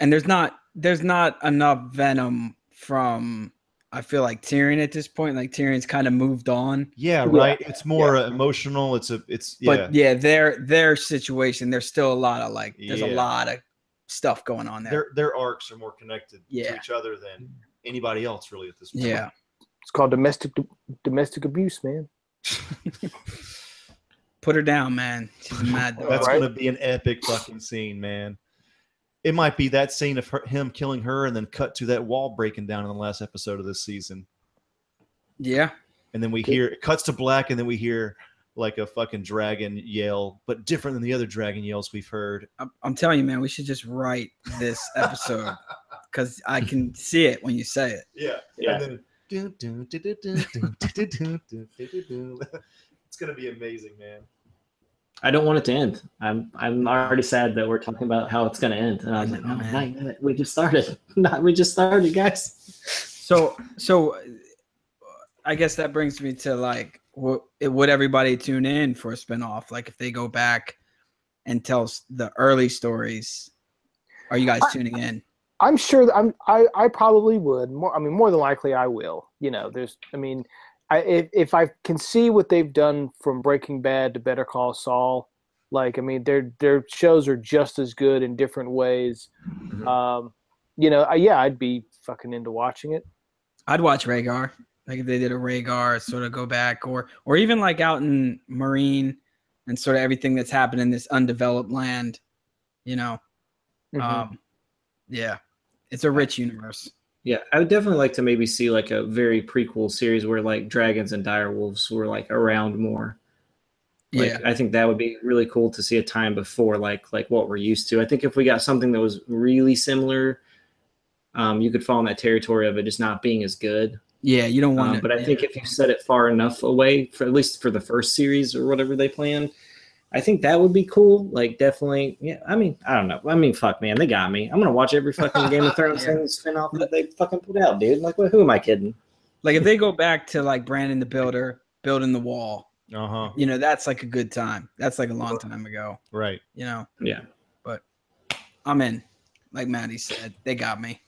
S1: and there's not there's not enough venom from I feel like Tyrion at this point. Like Tyrion's kind of moved on.
S2: Yeah,
S3: Yeah.
S2: right. It's more uh, emotional. It's a, it's yeah,
S1: But yeah, their their situation, there's still a lot of like there's
S2: Yeah.
S1: a lot of stuff going on there.
S2: their their arcs are more connected
S1: Yeah.
S2: to each other than anybody else really at this point.
S1: yeah.
S3: It's called domestic domestic abuse, man.
S1: Put her down, man. She's a mad dog.
S2: [laughs] That's
S3: Right.
S2: gonna be an epic fucking scene, man. It might be that scene of her, him killing her, and then cut to that wall breaking down in the last episode of this season,
S1: Yeah.
S2: and then we hear it cuts to black, and then we hear like a fucking dragon yell, but different than the other dragon yells we've heard.
S1: I'm, I'm telling you, man, we should just write this episode because I can see it when you say it.
S2: Yeah,
S3: Yeah.
S2: And then, do, do, do, do, do, do, do, do, do, do, do, do. [laughs] it's gonna be amazing, man.
S4: I don't want it to end. I'm I'm already sad that we're talking about how it's going to end. And I was like, oh,
S1: Man.
S4: man, we just started. [laughs] Not we just started, guys.
S1: So, so uh, I guess that brings me to like, wo- it- would everybody tune in for a spinoff? Like, if they go back and tell s- the early stories, are you guys tuning in?
S3: I'm sure that I'm I, I probably would. More I mean more than likely I will. You know, there's I mean I if, if I can see what they've done from Breaking Bad to Better Call Saul, like I mean their their shows are just as good in different ways. Um, you know, I, yeah, I'd be fucking into watching it.
S1: I'd watch Rhaegar. Like if they did a Rhaegar, sort of go back, or or even like out in Marine and sort of everything that's happened in this undeveloped land, you know. Um, yeah, it's a rich universe.
S4: Yeah, I would definitely like to maybe see like a very prequel series where like dragons and direwolves were like around more. Like,
S1: yeah,
S4: I think that would be really cool to see a time before like like what we're used to. I think if we got something that was really similar, um, you could fall in that territory of it just not being as good.
S1: yeah. You don't want
S4: Um,
S1: to,
S4: but I think if you set it far enough away, for at least for the first series or whatever they planned, I think that would be cool. Like definitely, yeah. I mean, I don't know. I mean, fuck, man, they got me. I'm gonna watch every
S2: [laughs]
S4: fucking Game of Thrones
S1: Yeah.
S4: thing spinoff that they fucking put out, dude. Like, wh- who am I kidding?
S1: like if they go back to like Brandon the Builder building the wall,
S2: Uh huh.
S1: you know, that's like a good time. That's like a long time ago,
S2: Right.
S1: you know.
S4: Yeah,
S1: I'm in. Like Maddie said, they got me.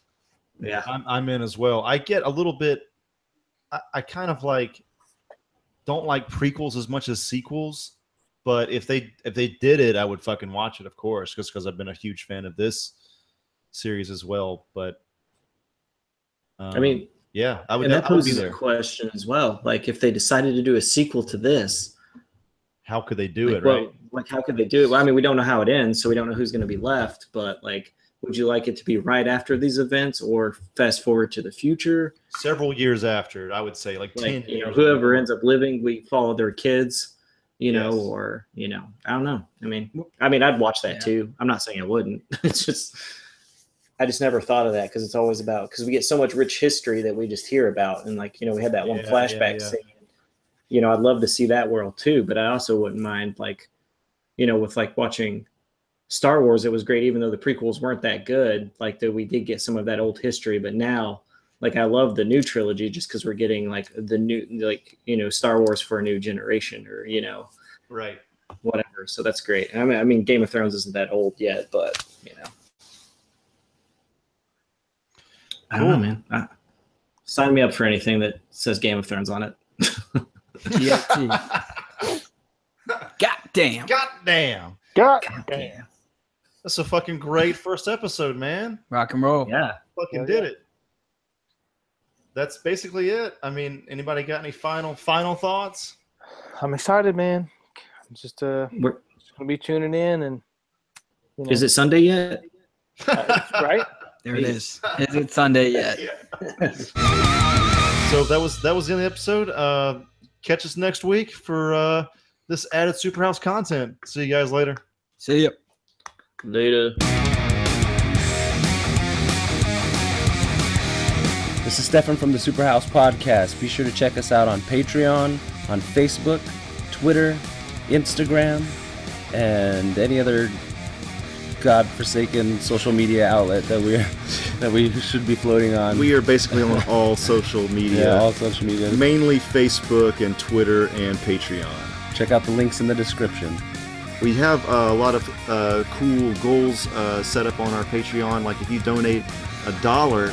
S4: yeah.
S2: I'm, I'm in as well. I get a little bit. I, I kind of like don't like prequels as much as sequels, but if they if they did it, I would fucking watch it, of course, because because I've been a huge fan of this series as well. But um,
S4: I mean,
S2: yeah, I would.
S4: and that
S2: I would be
S4: poses a
S2: there.
S4: question as well. Like, if they decided to do a sequel to this,
S2: How could they do
S4: like,
S2: it?
S4: well,
S2: Right.
S4: like, how could they do it? Well, I mean, we don't know how it ends, so we don't know who's going to be left. But like, would you like it to be right after these events, or fast forward to the future?
S2: Several years after, I would say, like, ten.
S4: Like, you know,
S2: years.
S4: whoever ends up living, we follow their kids. You know,
S2: Yes.
S4: or you know, I don't know. I mean,
S1: Well-
S4: I mean, I'd watch that
S1: Yeah.
S4: too. I'm not saying I wouldn't. [laughs] It's just. I just never thought of that because it's always about because we get so much rich history that we just hear about and like you know we had that one
S2: Yeah, yeah,
S4: flashback
S2: yeah.
S4: scene you know, I'd love to see that world too, but I also wouldn't mind like, you know, with like watching Star Wars, it was great, even though the prequels weren't that good, like that we did get some of that old history, but now like I love the new trilogy just because we're getting like the new like, you know, Star Wars for a new generation or, you know,
S2: Right.
S3: [laughs]
S4: whatever. So that's great. I mean I mean Game of Thrones isn't that old yet, but you know. I don't know, man. I, sign me up for anything that says Game of Thrones on it.
S1: GFT. God damn.
S2: God damn.
S3: God, damn.
S1: damn.
S2: That's a fucking great first episode, man.
S1: Rock and roll.
S4: Yeah.
S2: fucking
S3: Hell
S2: did
S3: yeah.
S2: it. That's basically it. I mean, anybody got any final final thoughts?
S3: I'm excited, man. I'm just uh
S4: We're,
S3: just gonna be tuning in and you know,
S4: Is it Sunday yet?
S3: Uh, right?
S1: There it is. Is it Sunday yet?
S2: [laughs] So that was that was the end of the episode. Uh, catch us next week for uh, this added Superhouse content. See you guys later.
S1: See ya.
S4: Later.
S5: This is Stefan from the Superhouse Podcast. Be sure to check us out on Patreon, on Facebook, Twitter, Instagram, and any other godforsaken social media outlet that we [laughs] that we should be floating on.
S6: We are basically on all social
S5: yeah,
S6: media,
S5: all social media.
S6: mainly Facebook and Twitter and Patreon.
S5: Check out the links in the description.
S6: We have uh, a lot of uh, cool goals uh, set up on our Patreon. Like if you donate a dollar,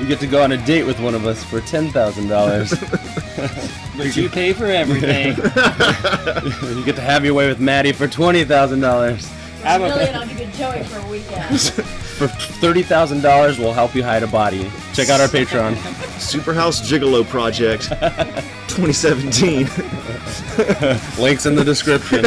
S5: You get to go on a date with one of us for ten thousand dollars. [laughs]
S4: but you pay for [laughs] everything.
S5: you get to have your way with Maddie for twenty thousand dollars.
S4: I'm a-
S7: Billy and I'll give you Joey for a weekend.
S5: For thirty thousand dollars, we'll help you hide a body. Check out our Patreon.
S2: Superhouse Gigolo
S5: [laughs]
S2: Project 2017.
S5: Links in the description.